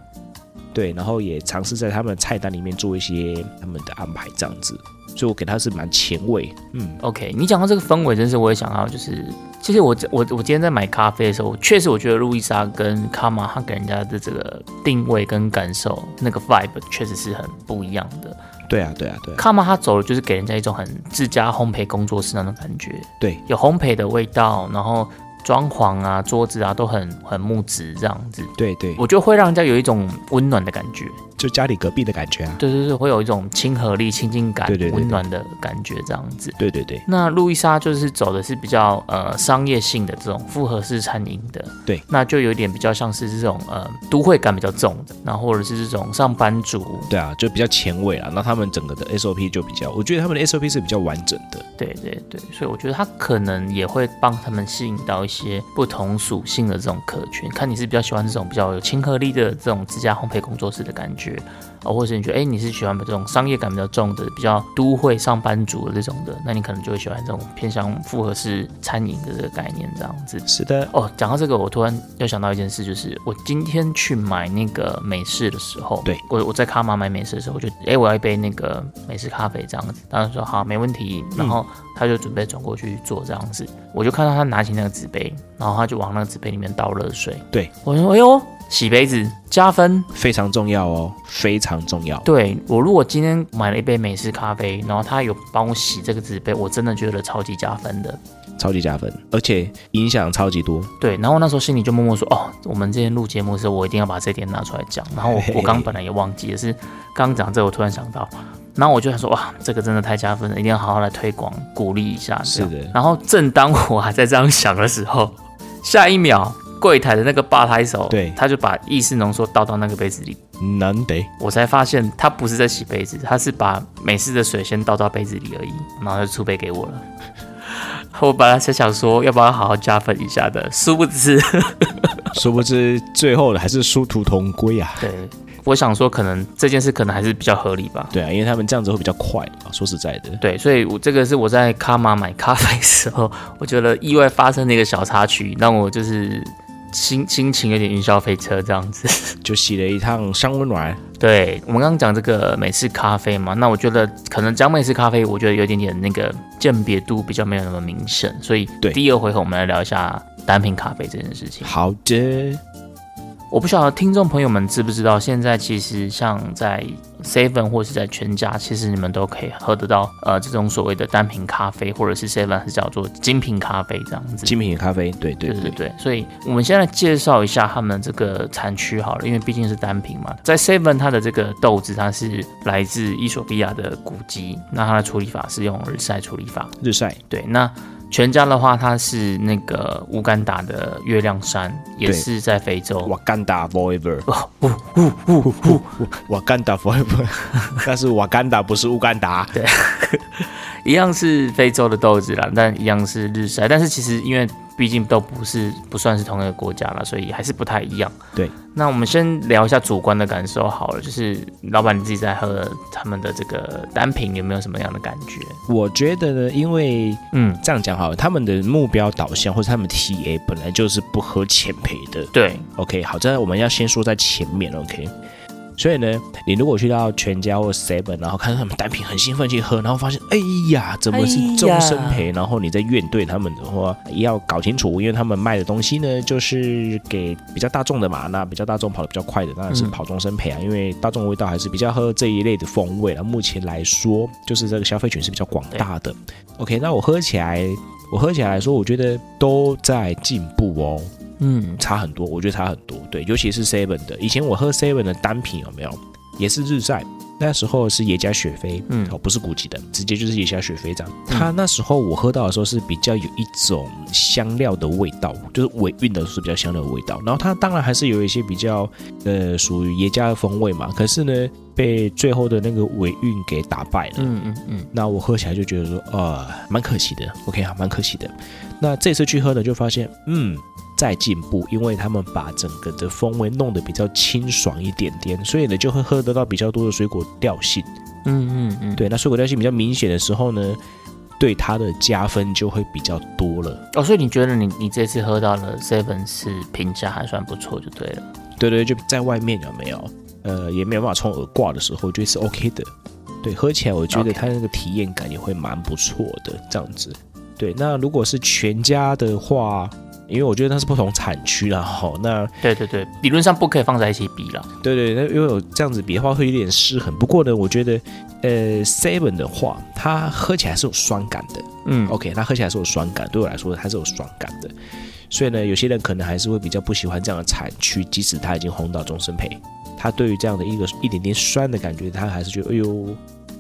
Speaker 1: 对，然后也尝试在他们的菜单里面做一些他们的安排，这样子。所以我给它是蛮前卫，嗯，
Speaker 2: OK，你讲到这个氛围，真是我也想到，就是其实我我我今天在买咖啡的时候，确实我觉得路易莎跟卡玛他给人家的这个定位跟感受，那个 vibe 确实是很不一样的。
Speaker 1: 对啊，对啊，对啊，
Speaker 2: 卡玛他走的就是给人家一种很自家烘焙工作室那种感觉，
Speaker 1: 对，啊
Speaker 2: 有烘焙的味道，然后装潢啊、桌子啊都很很木质这样子，
Speaker 1: 对对，
Speaker 2: 我觉得会让人家有一种温暖的感觉，
Speaker 1: 就家里隔壁的感觉啊，
Speaker 2: 对对对，会有一种亲和力、亲近感
Speaker 1: 对对对、对
Speaker 2: 温暖的感觉这样子。
Speaker 1: 对对对，
Speaker 2: 那路易莎就是走的是比较呃商业性的这种复合式餐饮的，
Speaker 1: 对，
Speaker 2: 那就有点比较像是这种呃都会感比较重的，然后或者是这种上班族，
Speaker 1: 对啊，就比较前卫啊。那他们整个的 SOP 就比较，我觉得他们的 SOP 是比较完整的，
Speaker 2: 对对对，所以我觉得他可能也会帮他们吸引到一些不同属性的这种客群，看你是比较喜欢这种比较有亲和力的这种自家烘焙工作室的感觉，哦，或者是你觉得哎你是喜欢这种商业感比较重的、比较都会上班族的这种的，那你可能就会喜欢这种偏向复合式餐饮的这个概念这样子。
Speaker 1: 是的，
Speaker 2: 哦，讲到这个，我突然又想到一件事，就是我今天去买那个美式的时候，
Speaker 1: 对
Speaker 2: 我我在卡玛买美式的时候，我就哎、我要一杯那个美式咖啡这样子，然后说好没问题，
Speaker 1: 嗯
Speaker 2: 然后他就准备转过去做这样子，我就看到他拿起那个纸杯，然后他就往那个纸杯里面倒热水，
Speaker 1: 对
Speaker 2: 我就说哎呦洗杯子加分，
Speaker 1: 非常重要哦，非常重要。
Speaker 2: 对我如果今天买了一杯美式咖啡，然后他有帮我洗这个纸杯，我真的觉得超级加分的。
Speaker 1: 超级加分，而且影响超级多。
Speaker 2: 对，然后那时候心里就默默说，哦，我们之前录节目的时候，我一定要把这点拿出来讲。然后我
Speaker 1: 嘿嘿
Speaker 2: 我刚本来也忘记，也是刚讲这，我突然想到，然后我就想说，哇，这个真的太加分了，一定要好好来推广，鼓励一下。这样
Speaker 1: 是的
Speaker 2: 然后正当我还在这样想的时候，下一秒柜台的那个吧台手，
Speaker 1: 对
Speaker 2: 他就把意式浓缩倒到那个杯子里，
Speaker 1: 难得
Speaker 2: 我才发现他不是在洗杯子，他是把美式的水先倒到杯子里而已，然后就出杯给我了。 我本来是想说要不要好好加分一下的，殊不知，
Speaker 1: 殊不知最后还是殊途同归啊。
Speaker 2: 对我想说可能这件事可能还是比较合理吧。
Speaker 1: 对啊，因为他们这样子会比较快啊。说实在的，
Speaker 2: 对，所以我这个是我在卡玛买咖啡的时候，我觉得意外发生的一个小插曲，让我就是心心情有点云霄飞车这样子。
Speaker 1: 就洗了一趟香温暖，
Speaker 2: 对我们刚刚讲这个美式咖啡嘛，那我觉得可能讲美式咖啡，我觉得有点点那个鉴别度比较没有那么明显，所以
Speaker 1: 对
Speaker 2: 第二回合我们来聊一下单品咖啡这件事情。
Speaker 1: 好的，
Speaker 2: 我不晓得听众朋友们知不知道，现在其实像在 Seven 或是在全家，其实你们都可以喝得到呃这种所谓的单品咖啡，或者是 Seven 还是叫做精品咖啡这样子。
Speaker 1: 精品咖啡，对对
Speaker 2: 对对
Speaker 1: 对，
Speaker 2: 对，所以我们现在介绍一下他们这个产区好了，因为毕竟是单品嘛。在 Seven 它的这个豆子，它是来自伊索比亚的古籍，那它的处理法是用日晒处理法。
Speaker 1: 日晒
Speaker 2: 对，那全家的话，它是那个乌干达的月亮山，也
Speaker 1: 对
Speaker 2: 是在非洲。
Speaker 1: 瓦干达 forever，
Speaker 2: 哦呜呜呜呜！
Speaker 1: 瓦干达 forever，但是瓦干达不是乌干达，对
Speaker 2: 一样是非洲的豆子啦，但一样是日晒，但是其实因为毕竟都不是不算是同一个国家啦，所以还是不太一样。
Speaker 1: 对，
Speaker 2: 那我们先聊一下主观的感受好了，就是老板你自己在喝他们的这个单品有没有什么样的感觉？
Speaker 1: 我觉得呢，因为
Speaker 2: 嗯，
Speaker 1: 这样讲好了，他们的目标导向或者他们 TA 本来就是不喝浅焙的。
Speaker 2: 对，
Speaker 1: OK，好，这我们要先说在前面，OK。所以呢，你如果去到全家或 Seven，然后看到他们单品很兴奋去喝，然后发现，哎呀，怎么是终身
Speaker 2: 哎
Speaker 1: 陪？然后你再怨对他们的话，要搞清楚，因为他们卖的东西呢，就是给比较大众的嘛，那比较大众跑得比较快的，当然是
Speaker 2: 嗯
Speaker 1: 跑终身陪啊，因为大众味道还是比较喝这一类的风味了。目前来说，就是这个消费群是比较广大的。OK，那我喝起来，我喝起来来说，我觉得都在进步哦。
Speaker 2: 嗯，
Speaker 1: 差很多，我觉得差很多。对，尤其是 Seven 的，以前我喝 Seven 的单品有没有，也是日晒，那时候是耶加雪菲，
Speaker 2: 嗯
Speaker 1: 哦，不是古籍的，直接就是耶加雪菲这样。它那时候我喝到的时候是比较有一种香料的味道，就是尾韵的是比较香料的味道。然后它当然还是有一些比较呃属于耶加的风味嘛，可是呢被最后的那个尾韵给打败了。
Speaker 2: 嗯嗯嗯，
Speaker 1: 那我喝起来就觉得说，呃，蛮可惜的。OK 啊，蛮可惜的。那这次去喝呢，就发现，嗯，在进步，因为他们把整个的风味弄得比较清爽一点点，所以呢就会喝得到比较多的水果调性。
Speaker 2: 嗯嗯嗯，
Speaker 1: 对，那水果调性比较明显的时候呢，对它的加分就会比较多了。
Speaker 2: 哦，所以你觉得你你这次喝到了 Seven 是评价还算不错就对了。
Speaker 1: 对对，就在外面有没有？呃，也没有办法冲耳挂的时候，就是 OK 的。对，喝起来我觉得
Speaker 2: OK
Speaker 1: 它那个体验感也会蛮不错的，这样子。对，那如果是全家的话，因为我觉得它是不同产区啦，哈，那
Speaker 2: 对对对，理论上不可以放在一起比了。
Speaker 1: 对对，那因为我这样子比的话会有点失衡。不过呢，我觉得，呃，Seven 的话，它喝起来是有酸感的，
Speaker 2: 嗯
Speaker 1: OK，它喝起来是有酸感，对我来说它是有酸感的。所以呢，有些人可能还是会比较不喜欢这样的产区，即使它已经红到终身配，他对于这样的一个一点点酸的感觉，他还是觉得哎呦，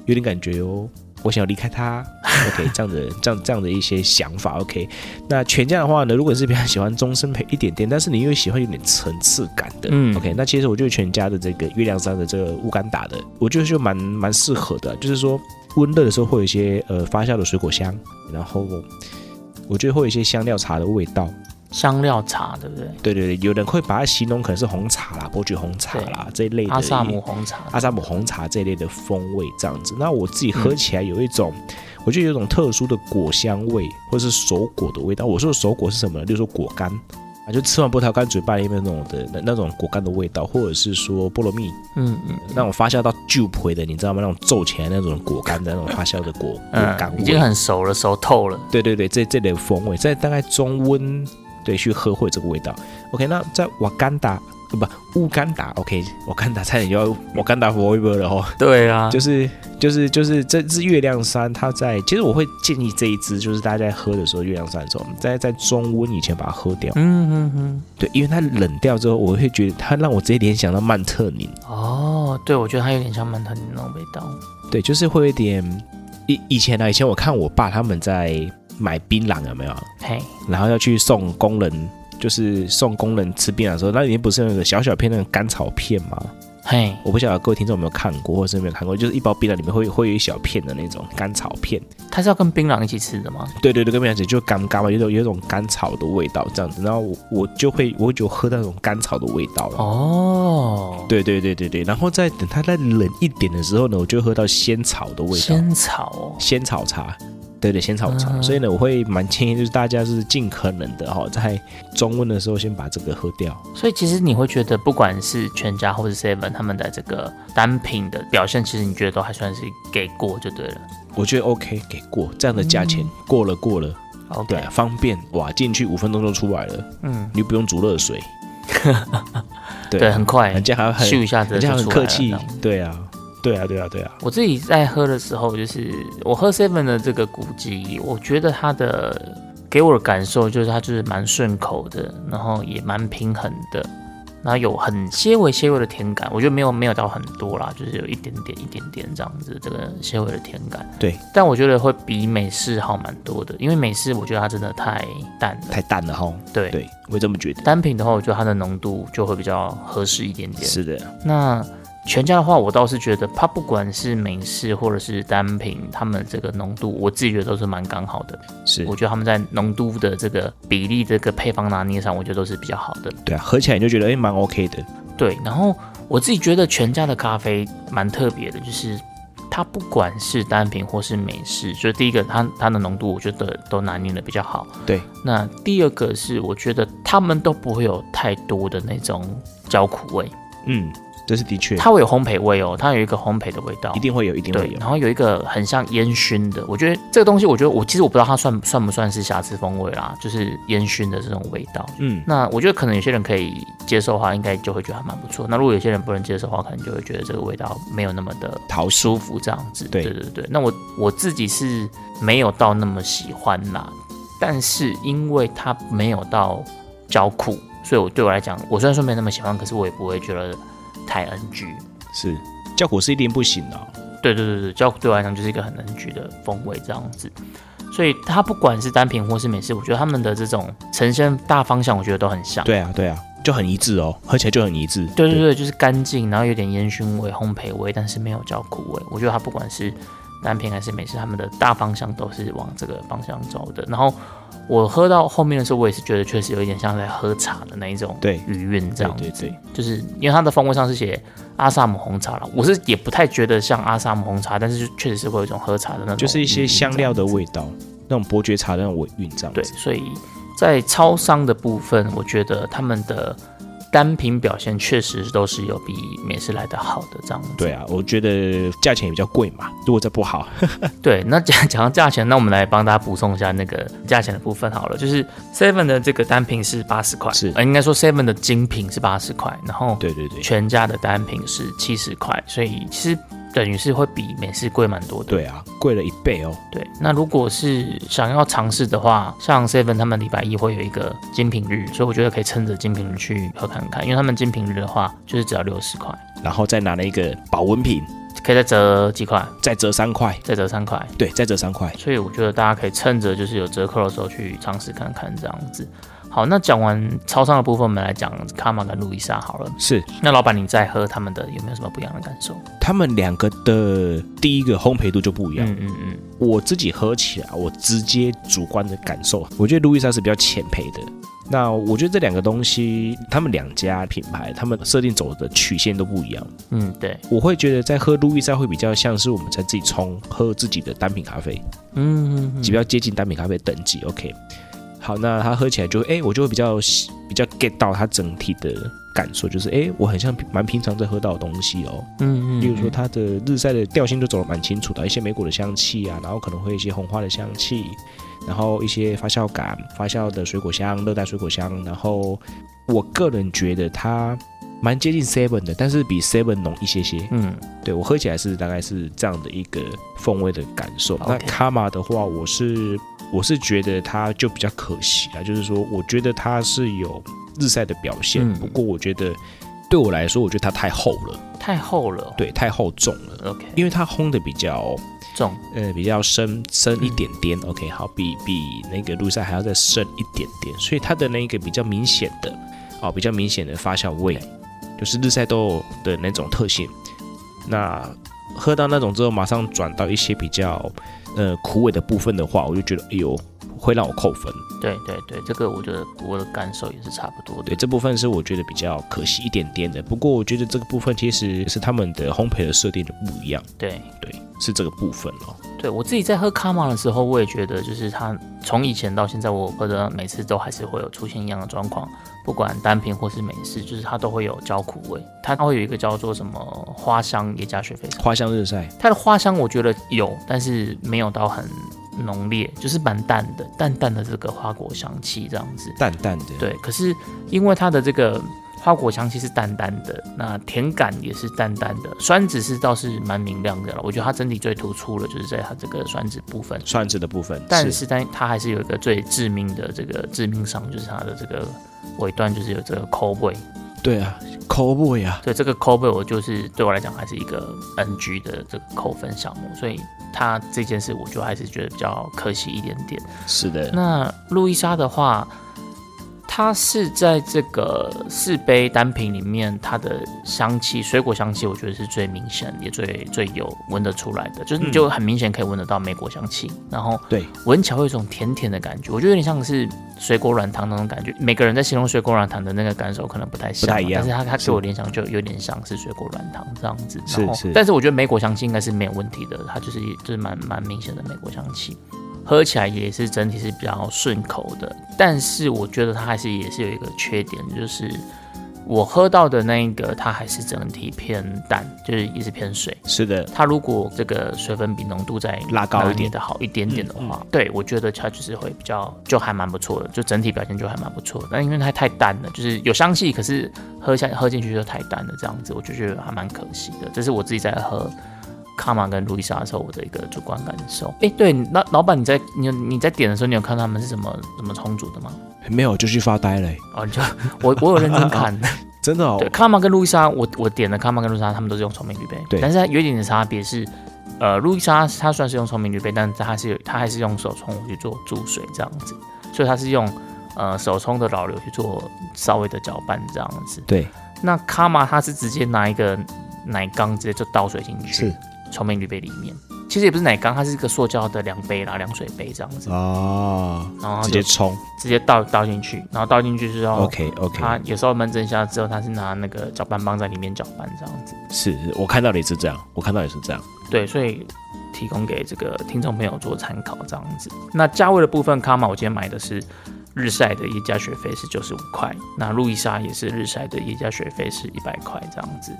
Speaker 1: 有点感觉哦，我想要离开它。OK，这样的这样这样的一些想法。OK，那全家的话呢，如果是比较喜欢终身配一点点，但是你又喜欢有点层次感的，
Speaker 2: 嗯
Speaker 1: OK，那其实我觉得全家的这个月亮山的这个乌干达的，我觉得就蛮蛮适合的，啊就是说温热的时候会有一些呃发酵的水果香，然后我觉得会有一些香料茶的味道。
Speaker 2: 香料茶对不对？
Speaker 1: 对对对，有人会把它形容可能是红茶啦、伯爵红茶啦这一类的
Speaker 2: 阿萨姆红茶。
Speaker 1: 阿萨姆红茶这一类的风味这样子。那我自己
Speaker 2: 嗯
Speaker 1: 喝起来有一种，我觉得有一种特殊的果香味，或是手果的味道。我说的手果是什么呢？例如说果干啊，就吃完葡萄干嘴巴里面那种的那那种果干的味道，或者是说菠萝蜜
Speaker 2: 嗯嗯
Speaker 1: 那种发酵到旧皮的，你知道吗？那种皱起来那种果干的那种发酵的果果干
Speaker 2: 嗯，
Speaker 1: 味，
Speaker 2: 已经很熟了，熟透了。
Speaker 1: 对对对，这这类的风味，在大概中温对去喝会有这个味道。OK，那在瓦干达呃不乌干达，OK，瓦干达差点就要瓦干达 forever 了哦。
Speaker 2: 对啊，
Speaker 1: 就是就是就是这支月亮山，它在其实我会建议这一支，就是大家在喝的时候，月亮山的时候，在在中温以前把它喝掉。
Speaker 2: 嗯嗯嗯，
Speaker 1: 对，因为它冷掉之后，我会觉得它让我直接联想到曼特宁。
Speaker 2: 哦，对，我觉得它有点像曼特宁那种味道。
Speaker 1: 对，就是会有一点以以前呢、啊以前我看我爸他们在买槟榔有没有，
Speaker 2: 嘿，
Speaker 1: 然后要去送工人就是送工人吃槟榔的时候，那里面不是有那个小小片那个甘草片吗？
Speaker 2: 嘿，
Speaker 1: 我不晓得各位听众有没有看过，或者是有没有看过，就是一包槟榔里面会会有一小片的那种甘草片。
Speaker 2: 它是要跟槟榔一起吃的吗？
Speaker 1: 对对对，跟槟榔姐就甘甘嘛，有一种有一种甘草的味道这样子。然后我我就会我就喝到那种甘草的味道了。
Speaker 2: 哦，
Speaker 1: 对对对对对，然后再等它再冷一点的时候呢，我就喝到仙草的味道，
Speaker 2: 仙草哦，
Speaker 1: 仙草茶。对对，仙草茶。
Speaker 2: 嗯
Speaker 1: 所以呢，我会蛮建议就是大家是尽可能的哈、哦，在中温的时候先把这个喝掉。
Speaker 2: 所以其实你会觉得，不管是全家或是 Seven，他们的这个单品的表现，其实你觉得都还算是给过就对了。
Speaker 1: 我觉得 OK，给过这样的价
Speaker 2: 嗯
Speaker 1: 钱，过了过了，对
Speaker 2: OK，
Speaker 1: 啊，方便哇，进去五分钟就出来了，
Speaker 2: 嗯，
Speaker 1: 你不用煮热水。 对
Speaker 2: 对，
Speaker 1: 啊，
Speaker 2: 很快
Speaker 1: 人，家还很
Speaker 2: 咻一下子
Speaker 1: 人
Speaker 2: 就
Speaker 1: 家
Speaker 2: 出来
Speaker 1: 很
Speaker 2: 了
Speaker 1: 客气
Speaker 2: 这样，
Speaker 1: 对啊，对啊，对啊，对啊，
Speaker 2: 我自己在喝的时候，就是我喝 Seven 的这个古籍，我觉得它的给我的感受就是它就是蛮顺口的，然后也蛮平衡的，然后有很些微些微的甜感，我觉得没有没有到很多啦，就是有一点点一点点这样子，这个些微的甜感。
Speaker 1: 对，
Speaker 2: 但我觉得会比美式好蛮多的，因为美式我觉得它真的太淡了，
Speaker 1: 太淡了哈。
Speaker 2: 对。
Speaker 1: 对，我也这么觉得。
Speaker 2: 单品的话，我觉得它的浓度就会比较合适一点点。
Speaker 1: 是的，
Speaker 2: 那全家的话，我倒是觉得它不管是美式或者是单品，它们这个浓度，我自己觉得都是蛮刚好的。
Speaker 1: 是
Speaker 2: 我觉得他们在浓度的这个比例、这个配方拿捏上，我觉得都是比较好的。
Speaker 1: 对啊，合起来你就觉得哎，蛮 OK 的。
Speaker 2: 对，然后我自己觉得全家的咖啡蛮特别的，就是它不管是单品或是美式，就第一个它它的浓度，我觉得都拿捏的比较好。
Speaker 1: 对，
Speaker 2: 那第二个是我觉得他们都不会有太多的那种焦苦味，
Speaker 1: 嗯，这是的确，
Speaker 2: 它会有烘焙味哦，它有一个烘焙的味道
Speaker 1: 一。定会有，一定会
Speaker 2: 对，
Speaker 1: 有。
Speaker 2: 然后有一个很像烟熏的，我觉得这个东西，我觉得我其实我不知道它算算不算是瑕疵风味啦，就是烟熏的这种味道。
Speaker 1: 嗯，
Speaker 2: 那我觉得可能有些人可以接受的话，应该就会觉得还蛮不错。那如果有些人不能接受的话，可能就会觉得这个味道没有那么的呃
Speaker 1: 桃
Speaker 2: 舒服这样子。
Speaker 1: 对
Speaker 2: 对对对，那我我自己是没有到那么喜欢啦，但是因为它没有到焦苦，所以我对我来讲，我虽然说没那么喜欢，可是我也不会觉得太 NG。
Speaker 1: 是叫苦是一定不行的哦、
Speaker 2: 对对对对，焦苦对我来讲就是一个很 NG 的风味这样子。所以它不管是单品或是美式，我觉得他们的这种呈现大方向，我觉得都很像。
Speaker 1: 对啊，对啊，就很一致哦，合起来就很一致。
Speaker 2: 对对对，就是干净，然后有点烟熏味、烘焙味，但是没有焦苦味。我觉得它不管是单品还是美式，他们的大方向都是往这个方向走的。然后我喝到后面的时候，我也是觉得确实有一点像在喝茶的那一种
Speaker 1: 对
Speaker 2: 余韵这
Speaker 1: 对
Speaker 2: 样子。
Speaker 1: 对对，
Speaker 2: 就是因为它的风味上是写阿萨姆红茶了，我是也不太觉得像阿萨姆红茶，但是就确实是会有一种喝茶的那种，
Speaker 1: 就是一些香料的。味道，那种伯爵茶的那种尾韵这样
Speaker 2: 对，
Speaker 1: 子。
Speaker 2: 所以在超商的部分，我觉得他们的单品表现确实都是有比美式来的好的这样子。
Speaker 1: 对啊，我觉得价钱也比较贵嘛，如果再不好，
Speaker 2: 对，那讲讲到价钱，那我们来帮大家补充一下那个价钱的部分好了。就是 Seven 的这个单品是八十块，
Speaker 1: 是
Speaker 2: 呃，应该说 Seven 的精品是八十块，然后
Speaker 1: 对对对，
Speaker 2: 全家的单品是七十块，所以其实等于是会比美式贵蛮多的。
Speaker 1: 对啊，贵了一倍哦。
Speaker 2: 对，那如果是想要尝试的话，像 Seven 他们礼拜一会有一个精品日，所以我觉得可以趁着精品日去喝看看，因为他们精品日的话就是只要六十块，
Speaker 1: 然后再拿了一个保温瓶，
Speaker 2: 可以再折几块，
Speaker 1: 再折三块，
Speaker 2: 再折三块，
Speaker 1: 对，再折三块。
Speaker 2: 所以我觉得大家可以趁着就是有折扣的时候去尝试看看这样子。好，那讲完超商的部分，我们来讲卡玛跟路易莎好了。
Speaker 1: 是
Speaker 2: 那老板，你在喝他们的有没有什么不一样的感受？
Speaker 1: 他们两个的第一个烘焙度就不一样。
Speaker 2: 嗯嗯嗯，
Speaker 1: 我自己喝起来，我直接主观的感受，啊我觉得路易莎是比较浅焙的。那我觉得这两个东西，他们两家品牌，他们设定走的曲线都不一样。
Speaker 2: 嗯，对，
Speaker 1: 我会觉得在喝路易莎会比较像是我们在自己冲喝自己的单品咖啡，
Speaker 2: 嗯，嗯
Speaker 1: 比较接近单品咖啡等级。OK，好，那它喝起来就哎、我就会比较喜比较 get 到它整体的感受，就是哎、我很像蛮平常在喝到的东西哦。
Speaker 2: 嗯嗯，
Speaker 1: 例如说它的日晒的调性就走得蛮清楚的，一些莓果的香气啊，然后可能会有一些红花的香气，然后一些发酵感、发酵的水果香、热带水果香，然后我个人觉得它蛮接近 Seven 的，但是比 Seven 浓一些些。
Speaker 2: 嗯，
Speaker 1: 对我喝起来是大概是这样的一个风味的感受。
Speaker 2: OK
Speaker 1: 那卡玛的话，我是我是觉得它就比较可惜啊，就是说我觉得它是有日晒的表现，
Speaker 2: 嗯
Speaker 1: 不过我觉得对我来说，我觉得它太厚了，
Speaker 2: 太厚了。
Speaker 1: 对，太厚重了，
Speaker 2: ，OK，
Speaker 1: 因为它烘的比较
Speaker 2: 重
Speaker 1: 呃比较深深一点点。OK，好，比比那个路上还要再深一点点，所以它的那个比较明显的哦，比较明显的发酵味，就是日晒豆的那种特性。那喝到那种之后，马上转到一些比较呃苦味的部分的话，我就觉得哎呦会让我扣分。
Speaker 2: 对对对，这个我觉得我的感受也是差不多的。
Speaker 1: 对，这部分是我觉得比较可惜一点点的。不过我觉得这个部分其实是他们的烘焙的设定就不一样，
Speaker 2: 对
Speaker 1: 对，是这个部分哦。
Speaker 2: 对我自己在喝卡玛的时候，我也觉得就是它从以前到现在，我喝的每次都还是会有出现一样的状况，不管单品或是美式，就是它都会有焦苦味，它会有一个叫做什么花香也加雪菲什么
Speaker 1: 花香日晒，
Speaker 2: 它的花香我觉得有，但是没有到很浓烈，就是蛮淡的，淡淡的这个花果香气这样子。
Speaker 1: 淡淡的，，
Speaker 2: 对，可是因为它的这个花果香气是淡淡的，那甜感也是淡淡的，酸质是倒是蛮明亮的了。我觉得它整体最突出的就是在它这个酸质部分，
Speaker 1: 蒜子的部分，
Speaker 2: 但是但它还是有一个最致命的这个致命伤，就是它的这个尾段就是有这个抠味，
Speaker 1: 对啊，口味啊，
Speaker 2: 所以这个扣分我就是对我来讲还是一个 NG 的这个扣分项目，所以它这件事我就还是觉得比较可惜一点点。
Speaker 1: 是的，
Speaker 2: 那路易莎的话，它是在这个四杯单品里面，它的香气水果香气我觉得是最明显，也最最有闻得出来的，就是你就很明显可以闻得到莓果香气，然后
Speaker 1: 对，
Speaker 2: 闻起来会有一种甜甜的感觉，我觉得有点像是水果软糖那种感觉。每个人在形容水果软糖的那个感受可能不太像啊，
Speaker 1: 不太一样
Speaker 2: 但是它它
Speaker 1: 是
Speaker 2: 给我联想就有点像是水果软糖这样子。
Speaker 1: 是
Speaker 2: 然后
Speaker 1: 是
Speaker 2: 但是我觉得莓果香气应该是没有问题的，它就是就是蛮蛮明显的莓果香气。喝起来也是整体是比较顺口的，但是我觉得它还是也是有一个缺点，就是我喝到的那一个它还是整体偏淡，就是也是偏水。
Speaker 1: 是的，
Speaker 2: 它如果这个水分比浓度再
Speaker 1: 拉高一
Speaker 2: 拿捏
Speaker 1: 点
Speaker 2: 的好一点点的话，对我觉得它就是会比较就还蛮不错的，就整体表现就还蛮不错的。但因为它太淡了，就是有香气，可是喝下喝进去就太淡了，这样子我就觉得还蛮可惜的。这是我自己在喝。卡玛跟路易莎的时候，我的一个主观感受。哎、对，老老板，你在你有你在点的时候，你有看他们是怎么怎么冲煮的吗？
Speaker 1: 没有就去发呆嘞，
Speaker 2: 哦，你就我我有认真 看，
Speaker 1: 真的哦
Speaker 2: 对，，卡玛跟路易莎，我我点的卡玛跟路易莎，他们都是用聪明绿杯。
Speaker 1: 对
Speaker 2: 但是它有一点点差别是，呃，路易莎它虽然是用聪明绿杯，但是它是有它还是用手冲去做注水这样子，所以它是用呃手冲的老流去做稍微的搅拌这样子。
Speaker 1: 对，
Speaker 2: 那卡玛它是直接拿一个奶缸直接就倒水进去
Speaker 1: 是
Speaker 2: 聪明绿杯里面，其实也不是奶缸，它是一个塑胶的量杯啦，量水杯这样子，
Speaker 1: 哦，
Speaker 2: 然后它
Speaker 1: 直接哦
Speaker 2: 就
Speaker 1: 冲
Speaker 2: 直接倒倒进去，然后倒进去之后。
Speaker 1: ，OK OK，
Speaker 2: 它有时候闷蒸一下之后，它是拿那个搅拌棒在里面搅拌这样子。
Speaker 1: 是是我看到你是这样，我看到你是这样，
Speaker 2: 对，所以提供给这个听众朋友做参考这样子。那价位的部分，卡玛我今天买的是日晒的液加学费是九十五块，那路易莎也是日晒的液加学费是一百块这样子。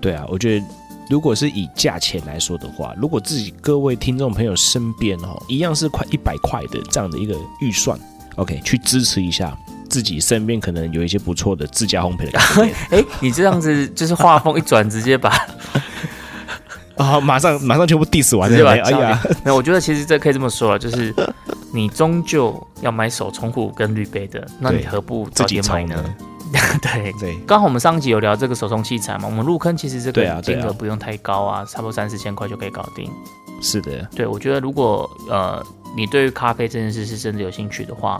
Speaker 1: 对啊，我觉得。如果是以价钱来说的话，如果自己各位听众朋友身边哦，一样是快一百块的这样的一个预算，OK，去支持一下自己身边可能有一些不错的自家烘焙的咖啡店
Speaker 2: 哎、 你这样子就是话锋一转，直接把
Speaker 1: 啊、马上马上全部 diss 完
Speaker 2: 直接
Speaker 1: 了，
Speaker 2: 把
Speaker 1: 哎
Speaker 2: 它
Speaker 1: 哎呀，
Speaker 2: 加点没有，我啊觉得其实这可以这么说啊， 就是你终究要买手冲壶跟滤杯的，那你
Speaker 1: 对
Speaker 2: 何不
Speaker 1: 自
Speaker 2: 早
Speaker 1: 己
Speaker 2: 点买
Speaker 1: 冲
Speaker 2: 呢
Speaker 1: 的？，
Speaker 2: 对，
Speaker 1: 对，
Speaker 2: 刚好我们上集有聊这个手冲器材嘛，我们入坑其实这
Speaker 1: 对啊
Speaker 2: 个
Speaker 1: 对啊
Speaker 2: 金额不用太高啊，差不多三四千块就可以搞定。
Speaker 1: 是的，
Speaker 2: 对，我觉得如果呃你对于咖啡这件事是真的有兴趣的话，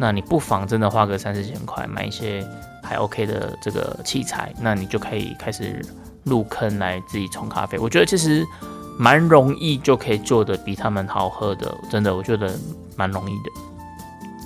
Speaker 2: 那你不妨真的花个三四千块买一些还 OK 的这个器材，那你就可以开始入坑来自己冲咖啡。我觉得其实蛮容易就可以做的比他们好喝的，真的我觉得蛮容易的。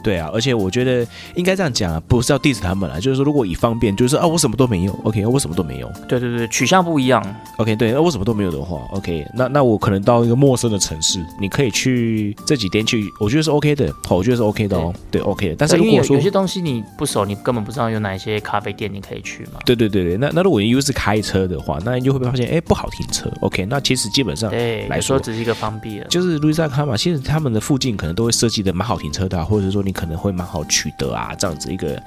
Speaker 1: 对啊，而且我觉得应该这样讲啊，不是要 diss 他们啦，就是说如果以方便，就是啊我什么都没有，OK，我什么都没有
Speaker 2: 对对对，取向不一样，
Speaker 1: ，OK，对，那啊我什么都没有的话，OK，那那我可能到一个陌生的城市，你可以去这几天去，我觉得是 OK 的，好，我觉得是 OK 的哦，对 OK 的，但是
Speaker 2: 对
Speaker 1: 如
Speaker 2: 因为
Speaker 1: 果
Speaker 2: 有
Speaker 1: 说
Speaker 2: 有些东西你不熟，你根本不知道有哪一些咖啡店你可以去嘛。
Speaker 1: 对对对对，那那如果你又是开车的话，那你就会发现，哎，不好停车，OK，那其实基本上
Speaker 2: 对，
Speaker 1: 啊来
Speaker 2: 有时候
Speaker 1: 说，
Speaker 2: 只是一个方便。
Speaker 1: 就是路易莎卡玛，其实他们的附近可能都会设计的蛮好停车的啊、或者说你可能会蛮好取得啊，这样子一个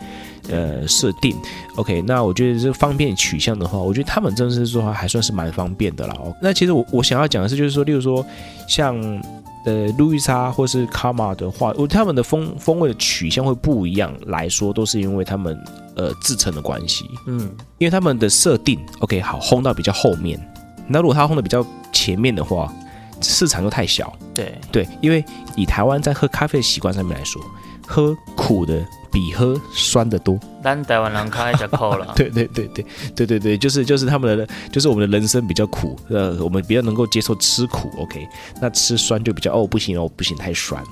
Speaker 1: 呃设定。OK，那我觉得这方便取向的话，我觉得他们真的是说还算是蛮方便的啦。哦，那其实我我想要讲的是，就是说，例如说像呃路易莎或是卡玛的话，我他们的风风味的取向会不一样来说，都是因为他们呃制成的关系，
Speaker 2: 嗯，
Speaker 1: 因为他们的设定，OK，好烘到比较后面，那如果它烘的比较前面的话，市场又太小，
Speaker 2: 对，
Speaker 1: 对，因为以台湾在喝咖啡的习惯上面来说，喝苦的比喝酸的多。，
Speaker 2: 咱台湾人开始扣了
Speaker 1: 对对对对对对对，就是就是他们的，就是我们的人生比较苦，呃，我们比较能够接受吃苦，OK，那吃酸就比较哦不行哦不行太酸了，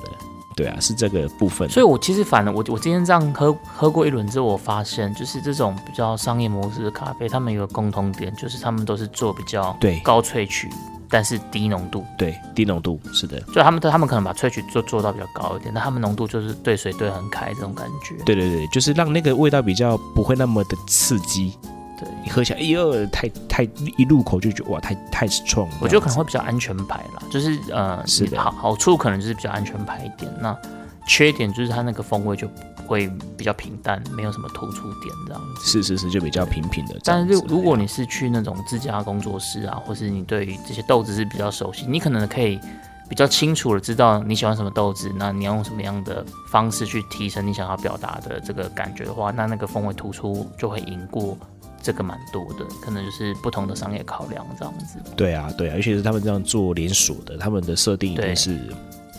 Speaker 1: 对啊，是这个部分。
Speaker 2: 所以我其实反正我我今天这样喝喝过一轮之后，我发现就是这种比较商业模式的咖啡，他们有个共通点，就是他们都是做比较
Speaker 1: 对
Speaker 2: 高萃取，但是低浓度，
Speaker 1: 对低浓度是的，
Speaker 2: 就他们他们可能把萃取做做到比较高一点，但他们浓度就是对水对很开这种感觉。
Speaker 1: 对对对，就是让那个味道比较不会那么的刺激，
Speaker 2: 对，
Speaker 1: 你喝起来哎呦太太一入口就觉得哇太太冲，
Speaker 2: 我觉得可能会比较安全牌啦，就是呃，
Speaker 1: 是的
Speaker 2: 好好处可能就是比较安全牌一点，那缺点就是它那个风味就会比较平淡，没有什么突出点这样子。
Speaker 1: 是是是就比较平平的这
Speaker 2: 但
Speaker 1: 样
Speaker 2: 是
Speaker 1: 子。
Speaker 2: 如如果你是去那种自家工作室啊，或是你对于这些豆子是比较熟悉，你可能可以比较清楚的知道你喜欢什么豆子，那你要用什么样的方式去提升你想要表达的这个感觉的话，那那个风味突出就会赢过这个蛮多的，可能就是不同的商业考量这样子。
Speaker 1: 对啊，对啊，尤其是他们这样做连锁的，他们的设定一定
Speaker 2: 对
Speaker 1: 是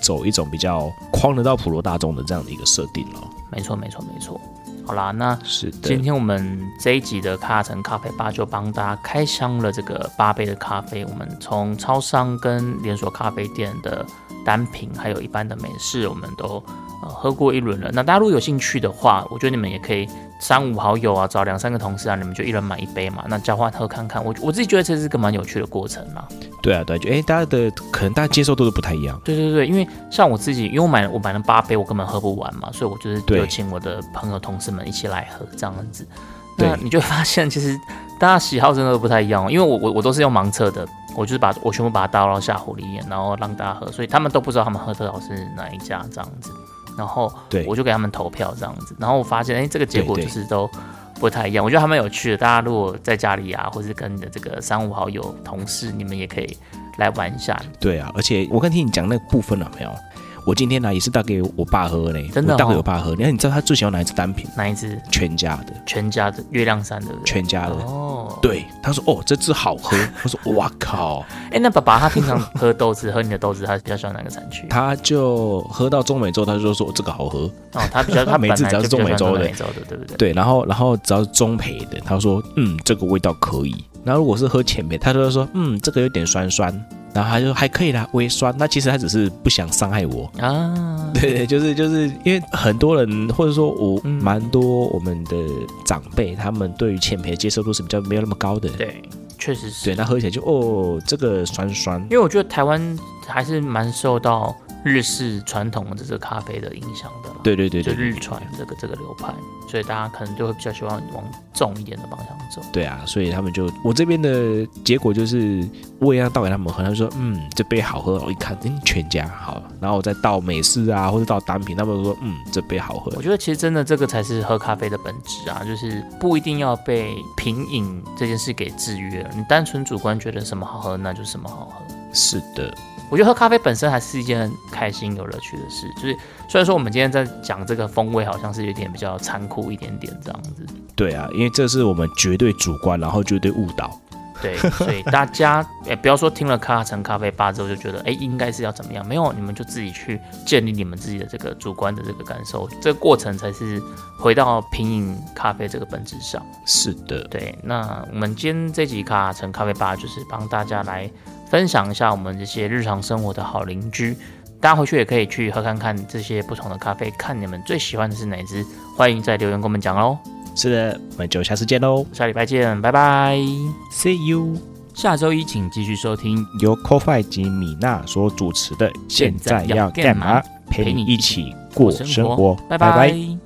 Speaker 1: 走一种比较框得到普罗大众的这样的一个设定了。
Speaker 2: 没错，没错，没错。好啦，那
Speaker 1: 是的
Speaker 2: 今，天我们这一集的卡城咖啡吧就帮大家开箱了这个八杯的咖啡。我们从超商跟连锁咖啡店的单品，还有一般的美式，我们都呃喝过一轮了。那大家如果有兴趣的话，我觉得你们也可以三五好友啊，找两三个同事啊，你们就一人买一杯嘛，那交换喝看看。我我自己觉得这是个蛮有趣的过程啦。
Speaker 1: 对啊，对啊，就哎，大家的可能大家接受度都不太一样。
Speaker 2: 对对对，因为像我自己，因为我买了我买了八杯，我根本喝不完嘛，所以我就是
Speaker 1: 对
Speaker 2: 有请我的朋友同事们一起来喝这样子。
Speaker 1: 对
Speaker 2: 那你就会发现，其实大家喜好真的都不太一样、哦，因为我我我都是用盲测的，我就是把我全部把它倒到下壶里面，然后让大家喝，所以他们都不知道他们喝多少是哪一家这样子。然后
Speaker 1: 对
Speaker 2: 我就给他们投票这样子，然后我发现，哎，这个结果
Speaker 1: 对
Speaker 2: 就
Speaker 1: 对
Speaker 2: 是都不太一样。我觉得还蛮有趣的，大家如果在家里啊，或是跟你的这个三五好友、同事，你们也可以来玩一下。
Speaker 1: 对啊，而且我刚听你讲那个部分了没有？我今天呢、也是倒给我爸喝嘞，
Speaker 2: 真的
Speaker 1: 我倒给
Speaker 2: 哦
Speaker 1: 我爸喝。你看，你知道他最喜欢哪一支单品？
Speaker 2: 哪一支？
Speaker 1: 全家的，
Speaker 2: 全家的月亮山，对不对？
Speaker 1: 全家的。
Speaker 2: 哦，
Speaker 1: 对，他说哦，这支好喝。我说哇靠，
Speaker 2: 哎，那爸爸他平常喝豆子， 喝你的豆子，他比较喜欢哪个产区？
Speaker 1: 他就喝到中美洲，他就说这个好喝。
Speaker 2: 哦，他比较他本
Speaker 1: 每
Speaker 2: 来
Speaker 1: 次
Speaker 2: 就比较喜欢
Speaker 1: 只要是中美洲的
Speaker 2: 美洲的，对不对？
Speaker 1: 对，然后然后只要是中培的，他说嗯这个味道可以。然后如果是喝浅培，他就会说嗯这个有点酸酸，然后他就还可以啦，微酸。那其实他只是不想伤害我。
Speaker 2: 啊，
Speaker 1: 对对，就是就是因为很多人或者说我
Speaker 2: 嗯
Speaker 1: 蛮多我们的长辈，他们对于浅培的接受度是比较没有那么高的。
Speaker 2: 对，确实是
Speaker 1: 对，。那喝起来就哦这个酸酸
Speaker 2: 因。为我觉得台湾还是蛮受到日式传统的这个咖啡的影响的啦，
Speaker 1: 对对对
Speaker 2: 就
Speaker 1: 对对
Speaker 2: 日传这个这个流派，所以大家可能就会比较喜欢往重一点的方向走。
Speaker 1: 对啊，所以他们就我这边的结果就是，我也要倒给他们喝，他们说嗯这杯好喝，我一看嗯全家好，然后我再倒美式啊或者倒单品，他们说嗯这杯好喝
Speaker 2: 我，觉得其实真的这个才是喝咖啡的本质啊，就是不一定要被品饮这件事给制约了。你单纯主观觉得什么好喝，那就什么好喝。
Speaker 1: 是的，
Speaker 2: 我觉得喝咖啡本身还是一件很开心、有乐趣的事。就是虽然说我们今天在讲这个风味，好像是有点比较残酷一点点这样子，
Speaker 1: 对啊，因为这是我们绝对主观，然后绝对误导。
Speaker 2: 对，所以大家哎、不要说听了卡城咖啡吧之后就觉得哎、应该是要怎么样，没有，你们就自己去建立你们自己的这个主观的这个感受，这个过程才是回到品饮咖啡这个本质上。
Speaker 1: 是的，
Speaker 2: 对，那我们今天这集卡城咖啡吧，就是帮大家来分享一下我们这些日常生活的好邻居。大家回去也可以去喝看看这些不同的咖啡，看你们最喜欢的是哪一支，欢迎在留言跟我们讲喽。
Speaker 1: 是的，我们就下次见喽
Speaker 2: 下礼拜见，拜拜。
Speaker 1: ，See you。
Speaker 2: 下周一请继续收听，
Speaker 1: 由 CoFi 及米娜所主持的《现在要干嘛》，陪你一起过生活，
Speaker 2: 拜
Speaker 1: 拜拜
Speaker 2: 拜